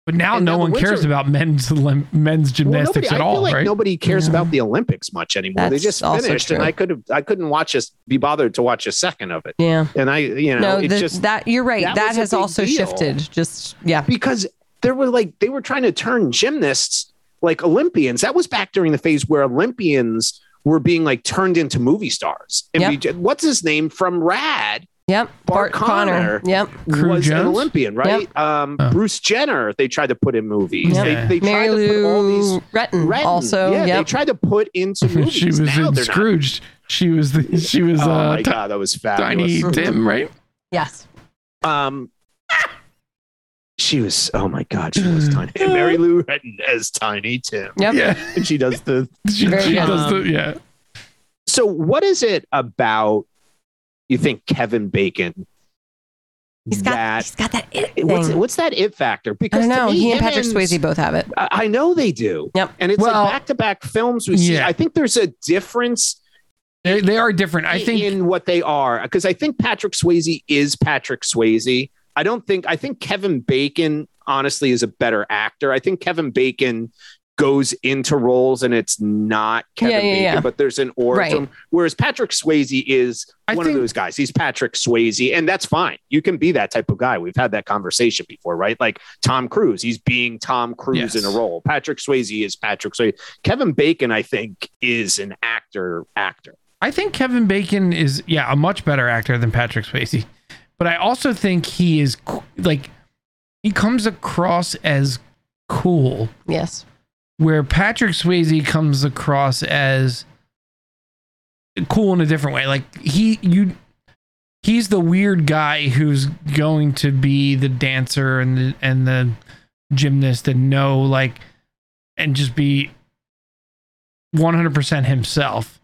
S2: but now
S1: And
S2: no
S1: now the
S2: one cares
S1: winter-
S2: about men's lim- men's
S1: Well,
S2: gymnastics
S1: nobody, I
S2: at
S1: feel
S2: all,
S1: like
S2: right?
S1: nobody cares
S3: Yeah.
S1: about the Olympics much anymore. they
S3: That's
S1: just
S3: also
S1: finished, and
S3: true.
S1: I could have, I couldn't watch us be bothered to watch a second of it.
S3: Yeah.
S1: And I, you know,
S3: no,
S1: it
S3: the,
S1: just
S3: that you're right. That,
S1: that was a
S3: has
S1: big
S3: also
S1: deal.
S3: shifted. Just yeah.
S1: because there were like they were trying to turn gymnasts like Olympians. That was back during the phase where Olympians were being like turned into movie stars. And
S3: Yep.
S1: we ju- what's his name from Rad
S3: Yep.
S1: Bart Connor.
S3: Yep.
S2: Crew
S1: was an
S2: Jones?
S1: Olympian, right? Um,
S2: Oh.
S1: Bruce Jenner. They tried to put in movies.
S2: Yeah.
S1: They, they
S3: Mary
S1: tried to put all
S3: Lou
S1: these.
S3: Retton,
S1: Renton.
S3: also.
S1: yeah, they
S3: yep.
S1: tried to put into movies.
S2: she was
S1: now
S2: in
S1: they're not.
S2: Scrooge. She was the she was
S1: Oh
S2: uh,
S1: my
S2: ti-
S1: god, that was
S2: tiny
S1: fabulous.
S3: Mm-hmm.
S2: Tim, right?
S3: yes.
S1: Um, she was. Oh my god, she was tiny. And Mary Lou Retton as Tiny Tim,
S3: Yep.
S2: Yeah,
S1: and she does the
S2: she,
S3: Very
S2: she
S3: good.
S2: does the
S1: Um,
S2: yeah.
S1: So, what is it about you think Kevin Bacon?
S3: He's got
S1: that
S3: he's got that it
S1: what's
S3: thing.
S1: what's that it factor?
S3: I
S1: Because
S3: don't
S1: to
S3: know.
S1: me,
S3: He and
S1: him
S3: Patrick Swayze both have it.
S1: I, I know they do.
S3: Yep.
S1: And it's
S2: Well-
S1: like back to back films we see.
S2: Yeah.
S1: I think there's a difference
S2: They, they are different. I think
S1: in what they are because I think Patrick Swayze is Patrick Swayze. I don't think I think Kevin Bacon honestly is a better actor. I think Kevin Bacon goes into roles and it's not Kevin
S3: Yeah, yeah,
S1: Bacon,
S3: yeah.
S1: but there's an origin. Whereas Patrick Swayze is
S2: I
S1: one
S2: think-
S1: of those guys. He's Patrick Swayze, and that's fine. You can be that type of guy. We've had that conversation before, right? Like Tom Cruise, he's being Tom Cruise
S2: Yes.
S1: in a role. Patrick Swayze is Patrick Swayze. Kevin Bacon, I think, is an actor actor.
S2: I think Kevin Bacon is yeah a much better actor than Patrick Swayze, but I also think he is c- like he comes across as cool,
S3: Yes.
S2: where Patrick Swayze comes across as cool in a different way. Like he you he's the weird guy who's going to be the dancer and the, and the gymnast and know like and just be 100% himself.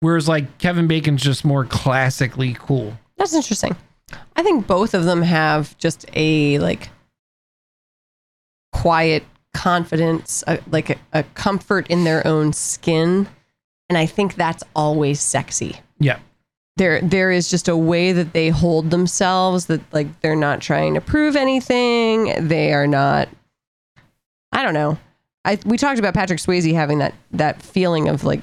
S2: Whereas like Kevin Bacon's just more classically cool.
S3: That's interesting. I think both of them have just a like quiet confidence, a, like a, a comfort in their own skin, and I think that's always sexy.
S2: Yeah.
S3: There, there is just a way that they hold themselves that like they're not trying to prove anything. They are not. I don't know. I we talked about Patrick Swayze having that that feeling of like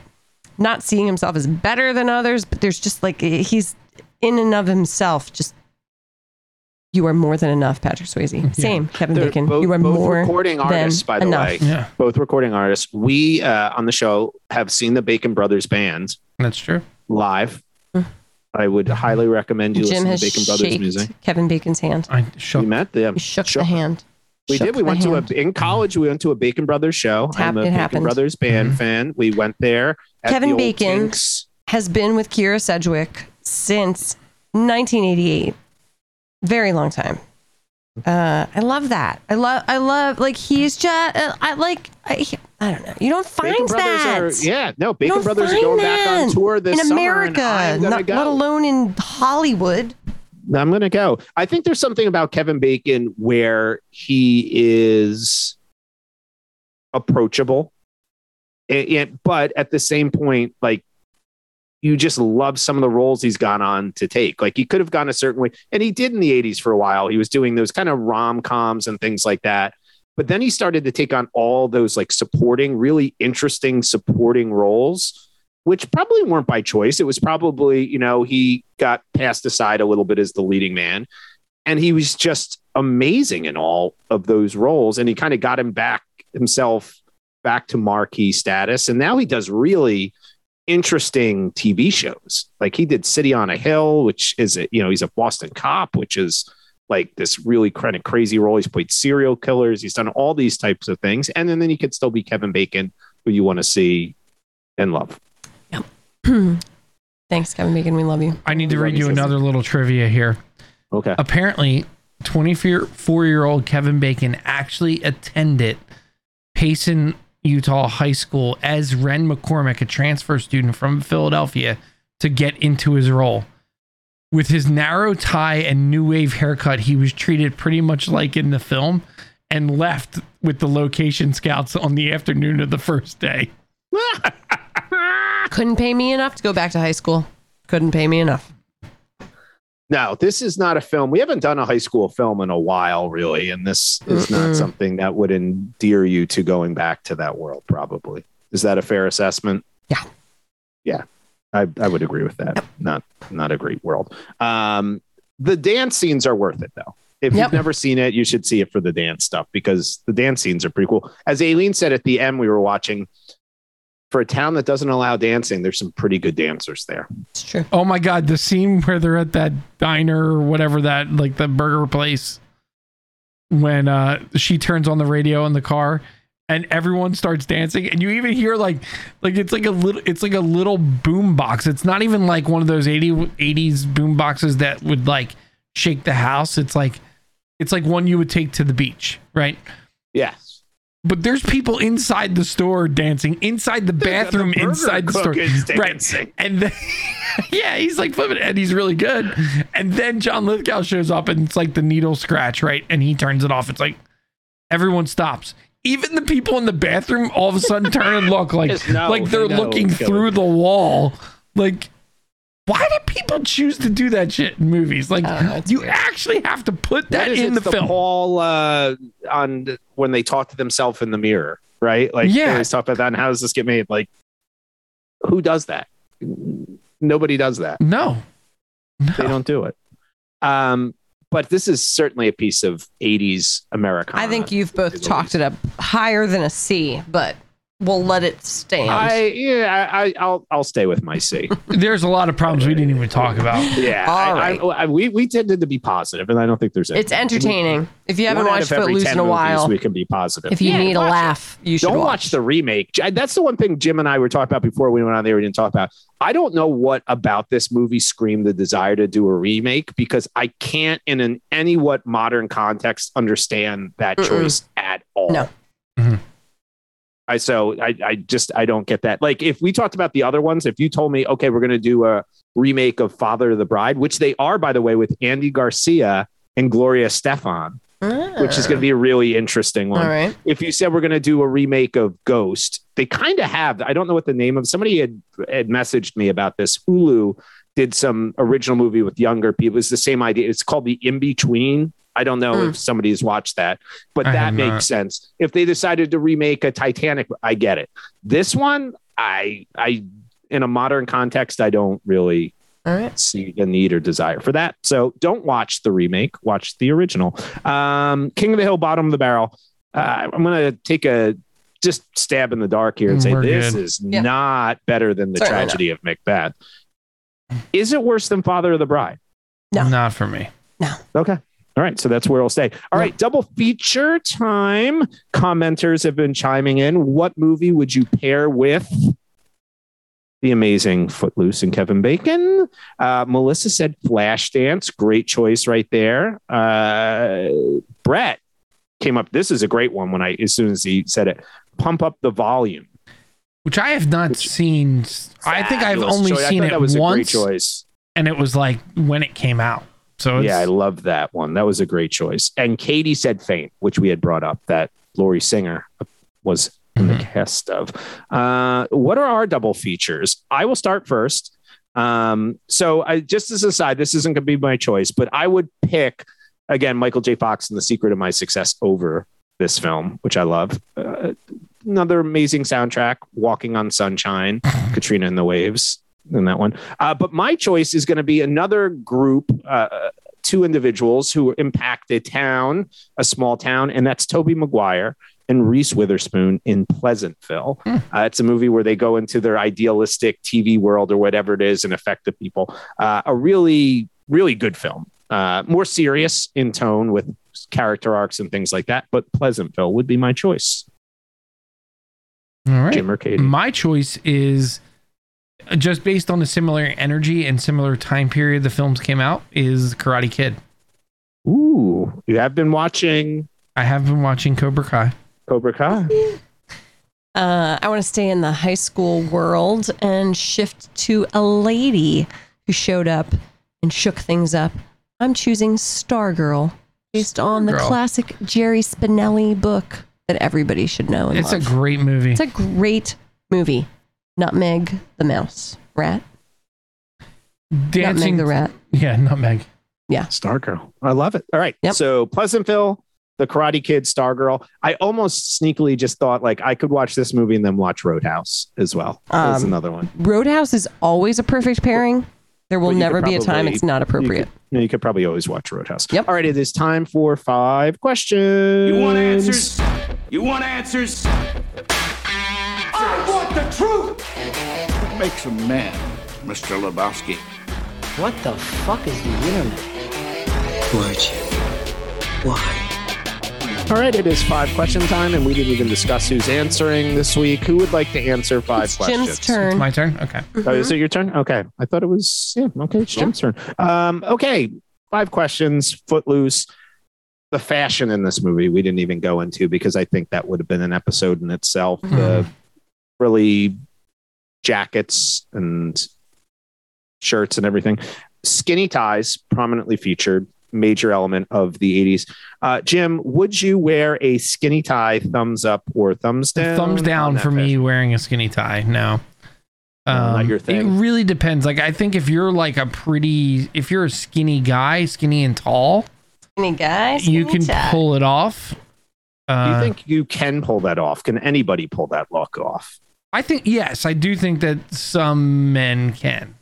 S3: not seeing himself as better than others, but there's just like he's in and of himself. Just you are more than enough, Patrick Swayze. Same, Kevin
S1: They're
S3: Bacon.
S1: both-
S3: you are
S1: both
S3: more
S1: recording
S3: than
S1: artists, by the
S3: enough.
S1: way.
S2: Yeah,
S1: Both recording artists. We uh, on the show have seen the Bacon Brothers band
S2: that's true.
S1: live. I would highly recommend you
S3: Jim
S1: listen
S3: has
S1: to Bacon Brothers
S3: shaked
S1: music.
S3: Kevin Bacon's hand.
S2: I
S1: We
S2: shook.
S1: met them.
S3: He shook
S1: Shook.
S3: the hand.
S1: We
S3: Shook
S1: did. We
S3: the
S1: went
S3: hand.
S1: to a in college. We went to a Bacon Brothers show.
S3: It's hap-
S1: I'm a
S3: it
S1: Bacon
S3: happened.
S1: Brothers band fan. We went there. at
S3: Kevin
S1: the old
S3: Bacon.
S1: Tinks.
S3: has been with Kira Sedgwick since 1988. Very long time. Uh, I love that. I love. I love. Like he's just. Uh, I like. I, he- I don't know. You don't find
S1: Bacon
S3: that
S1: Brothers are, yeah, no, Bacon
S3: don't
S1: Brothers are
S3: find
S1: going back on
S3: that
S1: tour this
S3: in
S1: summer. and
S3: America,
S1: I'm gonna
S3: not,
S1: go.
S3: let alone in Hollywood.
S1: I'm gonna go. I think there's something about Kevin Bacon where he is approachable, and, and- but at the same point, like you just love some of the roles he's gone on to take. Like he could have gone a certain way, and he did in the '80s for a while. He was doing those kind of rom coms and things like that. But then he started to take on all those like supporting, really interesting supporting roles which probably weren't by choice. It was probably, you know, he got passed aside a little bit as the leading man. And he was just amazing in all of those roles. And he kind of got him back himself back to marquee status. And now he does really interesting TV shows. Like he did City on a Hill, which is, a, you know, he's a Boston cop, which is like this really kind of crazy role. He's played serial killers. He's done all these types of things. And then, then he could still be Kevin Bacon, who you want to see and love.
S3: Thanks, Kevin Bacon. We love you.
S2: I need to read you
S1: Brothers.
S2: another little trivia here.
S1: Okay.
S2: Apparently, 24 year old Kevin Bacon actually attended Payson, Utah High School as Ren McCormick, a transfer student from Philadelphia, to get into his role. With his narrow tie and new wave haircut, he was treated pretty much like in the film and left with the location scouts on the afternoon of the first day.
S3: Couldn't pay me enough to go back to high school. Couldn't pay me enough.
S1: No, this is not a film. We haven't done a high school film in a while, really, and this is not
S3: Mm-mm.
S1: something that would endear you to going back to that world. Probably is that a fair assessment?
S3: Yeah.
S1: yeah, I, I would agree with that. Not not a great world. Um, the dance scenes are worth it though. If
S3: Yep.
S1: you've never seen it, you should see it for the dance stuff because the dance scenes are pretty cool. As Aileen said at the end, we were watching. For a town that doesn't allow dancing, there's some pretty good dancers there.
S3: It's true.
S2: Oh my god, the scene where they're at that diner or whatever that like the burger place when uh she turns on the radio in the car and everyone starts dancing and you even hear like like it's like a little it's like a little boom box. It's not even like one of those 80 80s boom boxes that would like shake the house. It's like it's like one you would take to the beach, right?
S1: Yes.
S2: But there's people inside the store dancing, inside the bathroom,
S1: burger
S2: inside the
S1: cook
S2: store.
S1: is dancing.
S2: Right. And then, yeah, he's like flipping it and he's really good. And then John Lithgow shows up and it's like the needle scratch, right? And he turns it off. It's like everyone stops. Even the people in the bathroom all of a sudden turn and look like
S1: Just know,
S2: like they're
S1: they know,
S2: looking
S1: Kelly.
S2: through the wall. Like why do people choose to do that shit in movies? Like
S3: I don't know, it's
S2: you
S3: weird.
S2: actually have to put that
S1: What is
S2: in
S1: it,
S2: the film.
S1: Paul uh, on when they talk to themselves in the mirror, right? Like
S2: Yeah.
S1: they always talk about that. And how does this get made? Like, who does that? Nobody does that.
S2: No. No.
S1: They don't do it. Um, but this is certainly a piece of '80s America.
S3: I think you've both
S1: It's
S3: talked it up higher than a C, but we'll let it stand.
S1: I yeah, I, I- I'll I'll stay with my C.
S2: There's a lot of problems we didn't even talk about.
S1: Yeah,
S3: All
S1: I- I- I- we we tended to be positive, and I don't think there's any-
S3: it's entertaining. If you haven't
S1: One out
S3: watched
S1: of every
S3: Footloose
S1: 10
S3: in a
S1: movies,
S3: while,
S1: We can be positive.
S3: if you
S1: Yeah,
S3: need a
S1: watch it.
S3: laugh, you should
S1: don't watch the remake. J- That's the one thing Jim and I were talking about before we went on there. We didn't talk about. I don't know what about this movie screamed the desire to do a remake because I can't, in an any what modern context, understand that
S3: Mm-mm.
S1: choice at all.
S3: No.
S2: Mhm.
S1: I so I I just I don't get that. Like if we talked about the other ones, if you told me, okay, we're gonna do a remake of Father of the Bride, which they are by the way with Andy Garcia and Gloria Stefan, which
S3: Uh.
S1: is gonna be a really interesting one
S3: all right.
S1: if you said we're going to do a remake of Ghost, they kind of have. I don't know what the name of somebody had had messaged me about this. Hulu did some original movie with younger people. It's the same idea. It's called The In Between. I don't know
S3: Hmm.
S1: if somebody has watched that, but
S2: I
S1: that
S2: have
S1: makes
S2: not.
S1: sense. If they decided to remake a Titanic, I get it. This one, I I in a modern context, I don't really
S3: All right.
S1: see the need or desire for that. So don't watch the remake, watch the original. Um, King of the Hill, Bottom of the Barrel. Uh, I'm going to take a just stab in the dark here and say
S2: Mm, We're
S1: this
S2: good.
S1: is
S3: Yeah.
S1: not better than the
S3: Certainly not.
S1: tragedy of Macbeth. Is it worse than Father of the Bride?
S3: No.
S2: Not for me.
S1: Okay. All right. So that's where we'll stay. All right. Double feature time. Commenters have been chiming in. What movie would you pair with the amazing Footloose and Kevin Bacon? Uh, Melissa said Flashdance. Great choice right there. Uh, Brett came up. This is a great one when I, as soon as he said it, pump up the volume.
S2: Which I have not seen. s- I think I've
S1: Fabulous
S2: only
S1: choice. I
S2: seen
S1: thought
S2: it
S1: that was
S2: once,
S1: a great choice.
S2: and it was like when it came out. So it's,
S1: yeah, I love that one. That was a great choice. And Katie said Faint, which we had brought up that Lori Singer was in the
S2: Mhm.
S1: cast of. Uh, what are our double features? I will start first. Um, so I just as an aside, this isn't gonna be my choice, but I would pick again Michael J. Fox and the secret of my success over this film, which I love. Uh, another amazing soundtrack, Walking on Sunshine, Katrina and the Waves, in that one. Uh, but my choice is going to be another group, uh, two individuals who impact a town, a small town, and that's Toby Maguire and Reese Witherspoon in Pleasantville.
S2: Hmm.
S1: Uh, it's a movie where they go into their idealistic TV world or whatever it is and affect the people. Uh, a really, really good film. Uh, more serious in tone with character arcs and things like that, but Pleasantville would be my choice.
S2: all right.
S1: Jim or Katie?
S2: My choice is uh, just based on the similar energy and similar time period the films came out is Karate Kid.
S1: Ooh, you have been watching
S2: I have been watching Cobra Kai.
S1: Cobra Kai.
S3: Uh, I want to stay in the high school world and shift to a lady who showed up and shook things up. I'm choosing Stargirl based on the
S2: Stargirl.
S3: classic Jerry Spinelli book that everybody should know and
S2: It's a
S3: love.
S2: great movie.
S3: it's a great movie. Nutmeg the mouse rat.
S2: Dancing
S3: Nutmeg the rat.
S2: Yeah, Nutmeg.
S1: Stargirl. I love it. All right.
S3: Yep.
S1: So Pleasantville, The Karate Kid, Stargirl. I almost sneakily just thought like I could watch this movie and then watch Roadhouse as well. That's
S3: Um,
S1: another one.
S3: Roadhouse is always a perfect pairing. There
S1: But
S3: will
S1: you could
S3: never be a time
S1: probably-
S3: it's not appropriate.
S1: You could, you could probably always watch Roadhouse.
S3: Yep.
S1: All right. It is time for five questions.
S4: You want answers? You want answers?
S5: I want the truth!
S4: Makes a man, Mr. Lebowski.
S6: What the fuck is the internet? Who are you? Why?
S1: All right. It is five question time, and we didn't even discuss who's answering this week. Who would like to answer five
S3: It's
S1: questions?
S3: Jim's
S2: It's
S3: turn.
S2: my turn. Okay.
S1: Oh,
S2: Mm-hmm.
S1: is it your turn? Okay. I thought it was yeah, okay, it's Jim's turn. Um, okay. Five questions, footloose. The fashion in this movie we didn't even go into because I think that would have been an episode in itself.
S2: Mm-hmm.
S1: The really jackets and shirts and everything. Skinny ties prominently featured, major element of the 80s. Uh, Jim, would you wear a skinny tie, thumbs up or thumbs down?
S2: Thumbs
S1: on
S2: down
S1: that
S2: for
S1: fashion?
S2: me wearing a skinny tie. No. Um,
S1: No, not your thing.
S2: It really depends. Like I think if you're like a pretty if you're a skinny guy, skinny and tall,
S3: Any guys?
S2: you can pull it off.
S1: Do you
S2: Uh,
S1: think you can pull that off? Can anybody pull that look off?
S2: I think yes, I do think that some men can,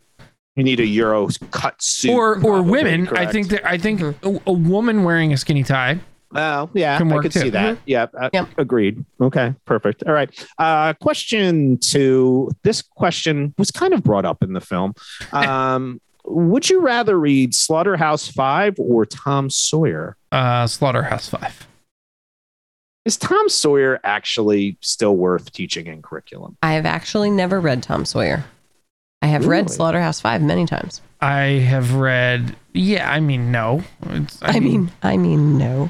S1: You need a Euro cut suit,
S2: or or
S1: probably,
S2: women. I
S1: correct?
S2: think that I think a, a woman wearing a skinny tie.
S1: Oh yeah,
S2: can
S1: I
S2: work
S1: could
S2: too. Mm-hmm.
S1: see that. Yeah, uh,
S3: Yep.
S1: agreed. Okay, perfect. All right. Uh, question two. This question was kind of brought up in the film. Um, would you rather read Slaughterhouse Five or Tom Sawyer?
S2: Uh, Slaughterhouse Five.
S1: Is Tom Sawyer actually still worth teaching in curriculum?
S3: I have actually never read Tom Sawyer. I have read
S1: Really?
S3: Slaughterhouse Five many times.
S2: I have read. Yeah, I mean no. It's,
S3: I mean, I mean, no.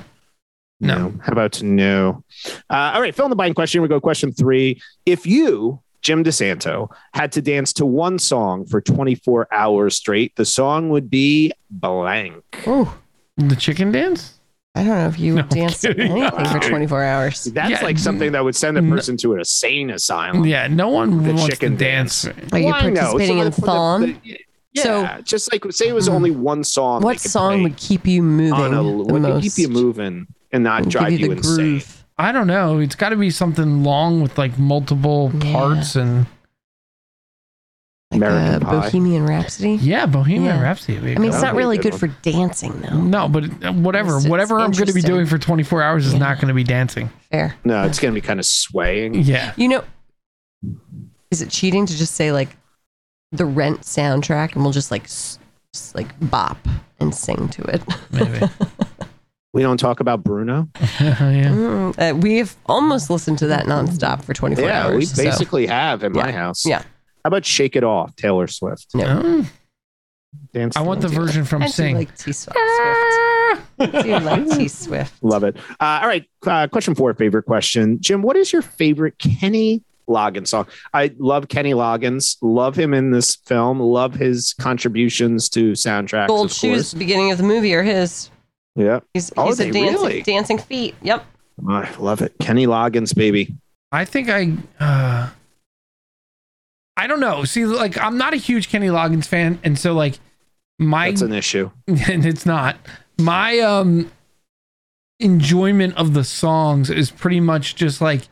S2: No.
S1: How about no? Uh, all right, fill in the blank question. We go question three. If you, Jim DeSanto, had to dance to one song for 24 hours straight, the song would be blank.
S3: Oh,
S2: the chicken dance.
S3: I don't know if you
S2: No,
S3: would dance to
S2: kidding.
S3: anything for 24 hours.
S1: That's
S2: Yeah,
S1: like something that would send a
S2: n-
S1: person to an insane asylum.
S2: Yeah, no one
S1: The
S2: wants
S1: chicken
S2: to dance.
S3: Are you
S1: Well, I know.
S3: participating
S1: So
S3: in
S1: the- the-
S3: Thon?
S1: the- yeah, just like say it was
S3: Hmm.
S1: only one song.
S3: what
S1: they could
S3: song
S1: play
S3: would keep you moving
S1: on a,
S3: the
S1: what could
S3: most?
S1: keep you moving and not
S3: and
S1: drive
S3: give
S1: you,
S3: the
S1: insane?
S3: groove.
S2: I don't know. It's got to be something long with like multiple
S3: Yeah.
S2: parts and
S1: American
S3: uh,
S1: Pie.
S3: Bohemian Rhapsody.
S2: Yeah, Bohemian
S3: Yeah.
S2: Rhapsody. would be
S3: I mean,
S2: good
S3: it's not
S1: That'd be a
S3: really
S1: good
S3: good
S1: one.
S3: for dancing, though.
S1: Mm.
S2: one. no, but it- whatever,
S3: It's- it's
S2: whatever I'm going to be
S3: interesting.
S2: doing for 24 hours is
S3: Yeah.
S2: not going to be dancing.
S3: Fair.
S1: No, it's gonna be kind of swaying.
S2: Yeah,
S3: You know, is it cheating to just say like the Rent soundtrack and we'll just like s- just, like bop and sing to it?
S2: maybe.
S1: We don't talk about Bruno.
S2: yeah.
S3: Mm, uh, we have almost listened to that nonstop for 24
S1: Yeah,
S3: hours.
S1: we
S3: so-
S1: basically have in my house.
S3: Yeah.
S1: How about Shake It Off, Taylor Swift?
S2: Oh,
S1: Dance.
S2: I want the
S1: dance.
S2: version from
S3: I do
S2: Sing.
S3: like T Swift. I do like T Swift.
S1: Love it. Uh, all right. Uh, question four, favorite question. Jim, what is your favorite Kenny Loggins song? I love Kenny Loggins. Love him in this film. Love his contributions to soundtracks.
S3: Gold
S1: of
S3: shoes,
S1: course.
S3: the beginning of the movie, are his.
S1: Yeah.
S3: He's,
S1: Are
S3: he's
S1: they
S3: a dancing,
S1: really?
S3: dancing feet. Yep.
S1: I love it. Kenny Loggins, baby.
S2: I think I. Uh, I don't know. See, like I'm not a huge Kenny Loggins fan, and so like my
S1: That's an issue.
S2: and it's not my um enjoyment of the songs is pretty much just like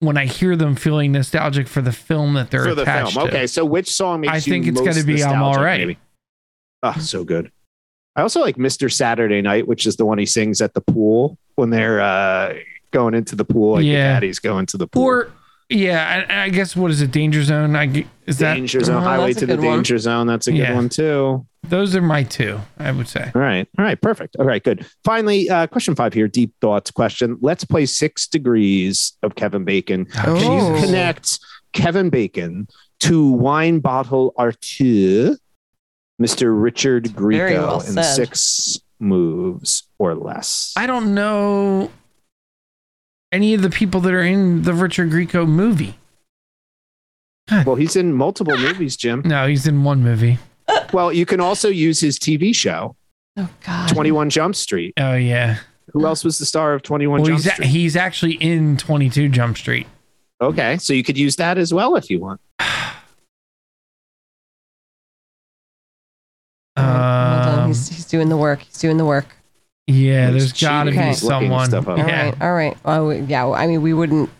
S2: when I hear them, feeling nostalgic for the film that they're
S1: For the
S2: attached
S1: film.
S2: to.
S1: Okay. So which song makes
S2: I think
S1: you
S2: it's
S1: going to
S2: gotta be I'm Alright.
S1: Oh, so good. I also like Mr. Saturday Night, which is the one he sings at the pool when they're uh, going into the pool. Like
S2: Yeah.
S1: yeah. Daddy's going to the pool.
S2: Or yeah, I, I guess what is it? Danger Zone. I g- is that
S1: danger zone,
S3: Oh,
S1: highway
S3: that's a
S1: to the
S3: good one.
S1: danger zone. That's a good
S2: Yeah.
S1: one too.
S2: those are my two. I would say.
S1: All right, all right, perfect. All right, good. Finally, uh, question five here. Deep thoughts question. Let's play six degrees of Kevin Bacon.
S2: Oh,
S1: Can you
S2: Jesus.
S1: connect Kevin Bacon to wine bottle Artur, Mister Richard
S3: Very
S1: Grieco,
S3: well
S1: in
S3: said.
S1: six moves or less?
S2: I don't know any of the people that are in the Richard Grieco movie.
S1: well, he's in multiple movies, Jim.
S2: No, he's in one movie.
S1: Well, you can also use his TV show,
S3: Oh, God.
S1: Twenty One Jump Street.
S2: Oh yeah.
S1: Who else was the star of Twenty One
S2: Well,
S1: Jump
S2: he's
S1: Street?
S2: a- he's actually in 22 Jump Street.
S1: Okay, so you could use that as well if you want.
S3: All right, Hold on.
S2: Um,
S3: He's, he's doing the work. He's doing the work.
S2: Yeah,
S1: He's
S2: there's got to
S1: cheating.
S2: be
S3: He's
S1: looking
S2: someone.
S1: stuff up.
S3: All right,
S2: Yeah.
S3: All right. Well, we, yeah. well, I mean, we wouldn't.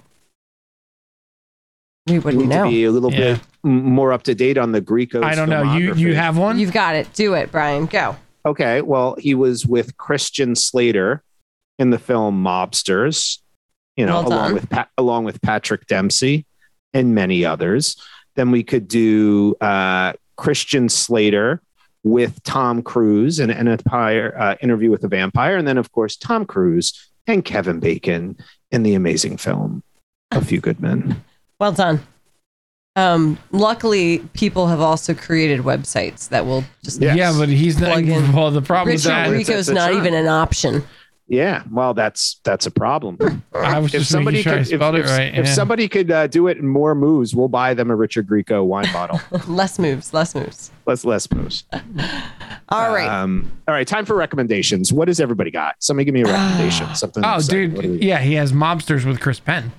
S3: We
S1: You
S3: wouldn't
S1: need to
S3: know.
S1: be a little
S2: Yeah.
S1: bit m- more up to date on the Greco.
S2: I don't know. You you have one?
S3: You've got it. Do it, Brian. Go.
S1: okay. Well, he was with Christian Slater in the film Mobsters. You know,
S3: Well
S1: along
S3: done.
S1: with Pat along with Patrick Dempsey and many others. Then we could do uh, Christian Slater with Tom Cruise in an Empire uh, interview with a vampire, and then of course Tom Cruise and Kevin Bacon in the amazing film A Few Good Men.
S3: Well done. Um, luckily, people have also created websites that will just.
S1: Yes.
S2: Yeah, but he's not.
S3: Plug in.
S2: Well, the problem is
S3: Richard
S1: that-
S2: that
S1: Reed.
S3: Rico's
S1: it's a
S3: not
S1: charm.
S3: even an option.
S1: Yeah, well, that's that's a problem.
S2: I was
S1: if
S2: just making
S1: somebody
S2: sure I
S1: could, if,
S2: spelled
S1: if,
S2: it right.
S1: if
S2: yeah.
S1: somebody could uh, do it in more moves, we'll buy them a Richard Grieco wine bottle.
S3: less moves. Less moves.
S1: Let's less moves.
S3: All right.
S1: Um, all right. Time for recommendations. What has everybody got? Somebody give me a
S3: Ah.
S1: recommendation. Something.
S2: oh,
S1: exciting. What do
S2: dude.
S1: we-
S2: Yeah, he has mobsters with Chris Penn.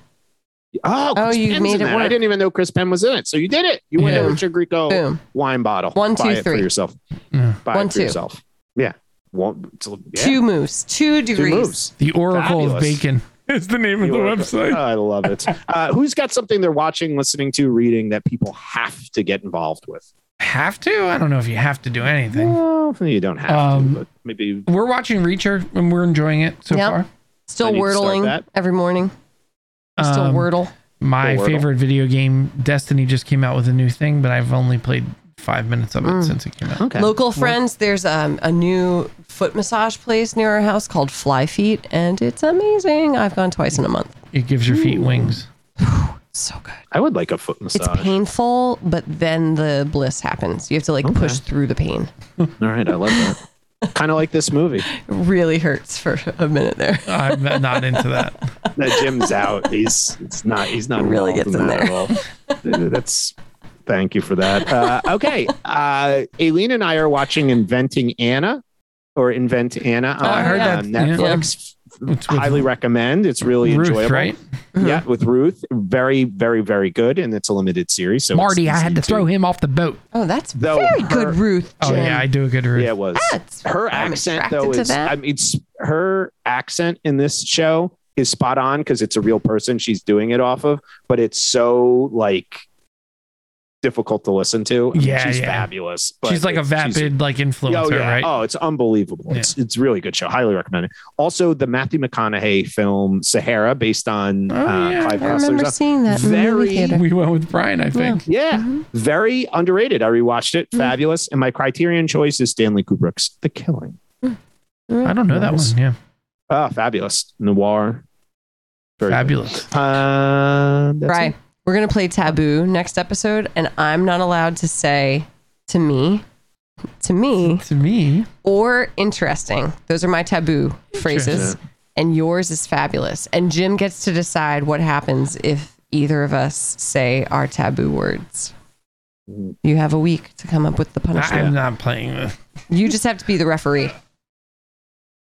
S1: Oh,
S3: Oh,
S1: Chris
S3: you
S1: Penn's
S3: made
S1: in
S3: it
S1: that. I
S3: work.
S1: didn't even know Chris Penn was in it. So you did it. You win
S2: Yeah.
S1: a Richard Grieco
S3: Boom.
S1: wine bottle.
S3: One, two,
S1: Buy it for
S3: three.
S1: yourself.
S2: Yeah.
S1: Buy
S3: One,
S1: it for
S3: two.
S1: yourself. Yeah. One, two, yeah.
S3: Two moves. Two
S1: Two
S3: degrees.
S1: moves.
S2: The Oracle
S1: Fabulous.
S2: of Bacon is the name of the
S1: You are-
S2: website.
S1: Oh, I love it. Uh, who's got something they're watching, listening to, reading that people have to get involved with?
S2: have to? I don't know if you have to do anything.
S1: Well, you don't have
S2: Um,
S1: to, but maybe
S2: We're watching Reacher and we're enjoying it so
S3: Yep.
S2: far.
S1: I
S3: Still
S1: need to start
S3: wordling
S1: that.
S3: every morning. Still
S2: Um,
S3: wordle.
S2: My
S1: Wordle.
S2: favorite video game, Destiny, just came out with a new thing, but I've only played five minutes of it since it came out.
S1: okay.
S3: Local friends, there's um, a new foot massage place near our house called Fly Feet, and it's amazing. I've gone twice in a month.
S2: It gives your feet wings.
S3: So good.
S1: I would like a foot
S3: It's
S1: massage.
S3: painful, but then the bliss happens. You have to like push through the pain.
S1: All right, I love that. kind of like this movie.
S3: It really hurts for a minute there.
S2: I'm not into that.
S1: That Jim's out. He's it's not. He's not
S3: Really
S1: involved
S3: gets
S1: in,
S3: in
S1: that at all. That's. Thank you for that. Uh, okay, uh, Aileen and I are watching Inventing Anna, or Invent Anna on
S2: Oh, I heard
S1: uh,
S2: that, yeah.
S1: Netflix.
S2: It's with
S1: Highly recommend. It's really
S2: Ruth,
S1: enjoyable.
S2: right? Uh-huh.
S1: Yeah, with Ruth, very, very, very good, and it's a limited series. So
S2: Marty, I had to throw
S1: him.
S2: him off the boat.
S3: Oh, that's
S1: Though
S3: very
S1: her-
S3: good, Ruth.
S2: Oh
S3: Jim.
S2: yeah, I do a good Ruth.
S1: Yeah, it was.
S3: That's-
S1: her
S3: I'm
S1: accent
S3: attracted
S1: though
S3: to
S1: is
S3: that.
S1: I mean, it's her accent in this show is spot on because it's a real person she's doing it off of, but it's so like difficult to listen to. I mean,
S2: Yeah,
S1: she's
S2: yeah.
S1: fabulous. but
S2: she's like a
S1: it- she's-
S2: vapid like influencer,
S1: oh, yeah.
S2: right?
S1: Oh, it's unbelievable. It's it's a really good show. Highly recommend it. Also, the Matthew McConaughey film Sahara, based on
S2: Oh,
S1: uh,
S2: yeah.
S1: Clive
S3: I remember
S1: Cussler's.
S3: seeing that in the
S1: Very-
S3: movie theater.
S2: We went with Brian, I think.
S1: Yeah,
S3: Mm-hmm.
S1: very underrated. I rewatched it. Fabulous. And my Criterion choice is Stanley Kubrick's The Killing.
S2: I don't know that
S1: Nice.
S2: one. Yeah,
S1: Ah, fabulous noir. Very good.
S2: fabulous.
S1: Um, that's
S3: Right.
S1: it.
S3: We're gonna play Taboo next episode, and I'm not allowed to say to me, to me,
S2: To me,
S3: or interesting. Those are my taboo phrases, and yours is fabulous. And Jim gets to decide what happens if either of us say our taboo words. You have a week to come up with the
S2: I,
S3: punishment.
S2: am not playing this.
S3: You just have to be the referee.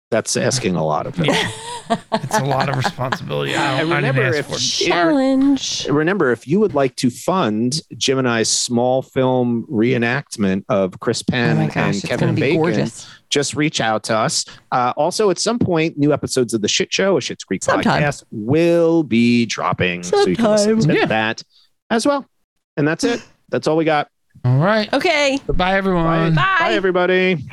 S1: That's asking a lot of me.
S2: It's a lot of responsibility. I,
S1: And
S2: don't, I didn't
S1: remember
S2: ask
S1: if
S2: for. it.
S3: Challenge.
S1: Remember, if you would like to fund Jim and I's small film reenactment of Chris
S3: Oh
S1: Penn
S3: my gosh,
S1: and
S3: it's gonna
S1: Kevin
S3: be
S1: Bacon,
S3: gorgeous.
S1: just reach out to us. Uh, also, at some point, new episodes of The Shit Show, a Shit's Creek
S3: Sometime.
S1: podcast, will be dropping. So you can listen to
S2: Sometime. Yeah.
S1: that as well. And that's it. That's all we got.
S2: All right.
S3: Okay.
S2: Bye, everyone.
S1: Bye, everybody.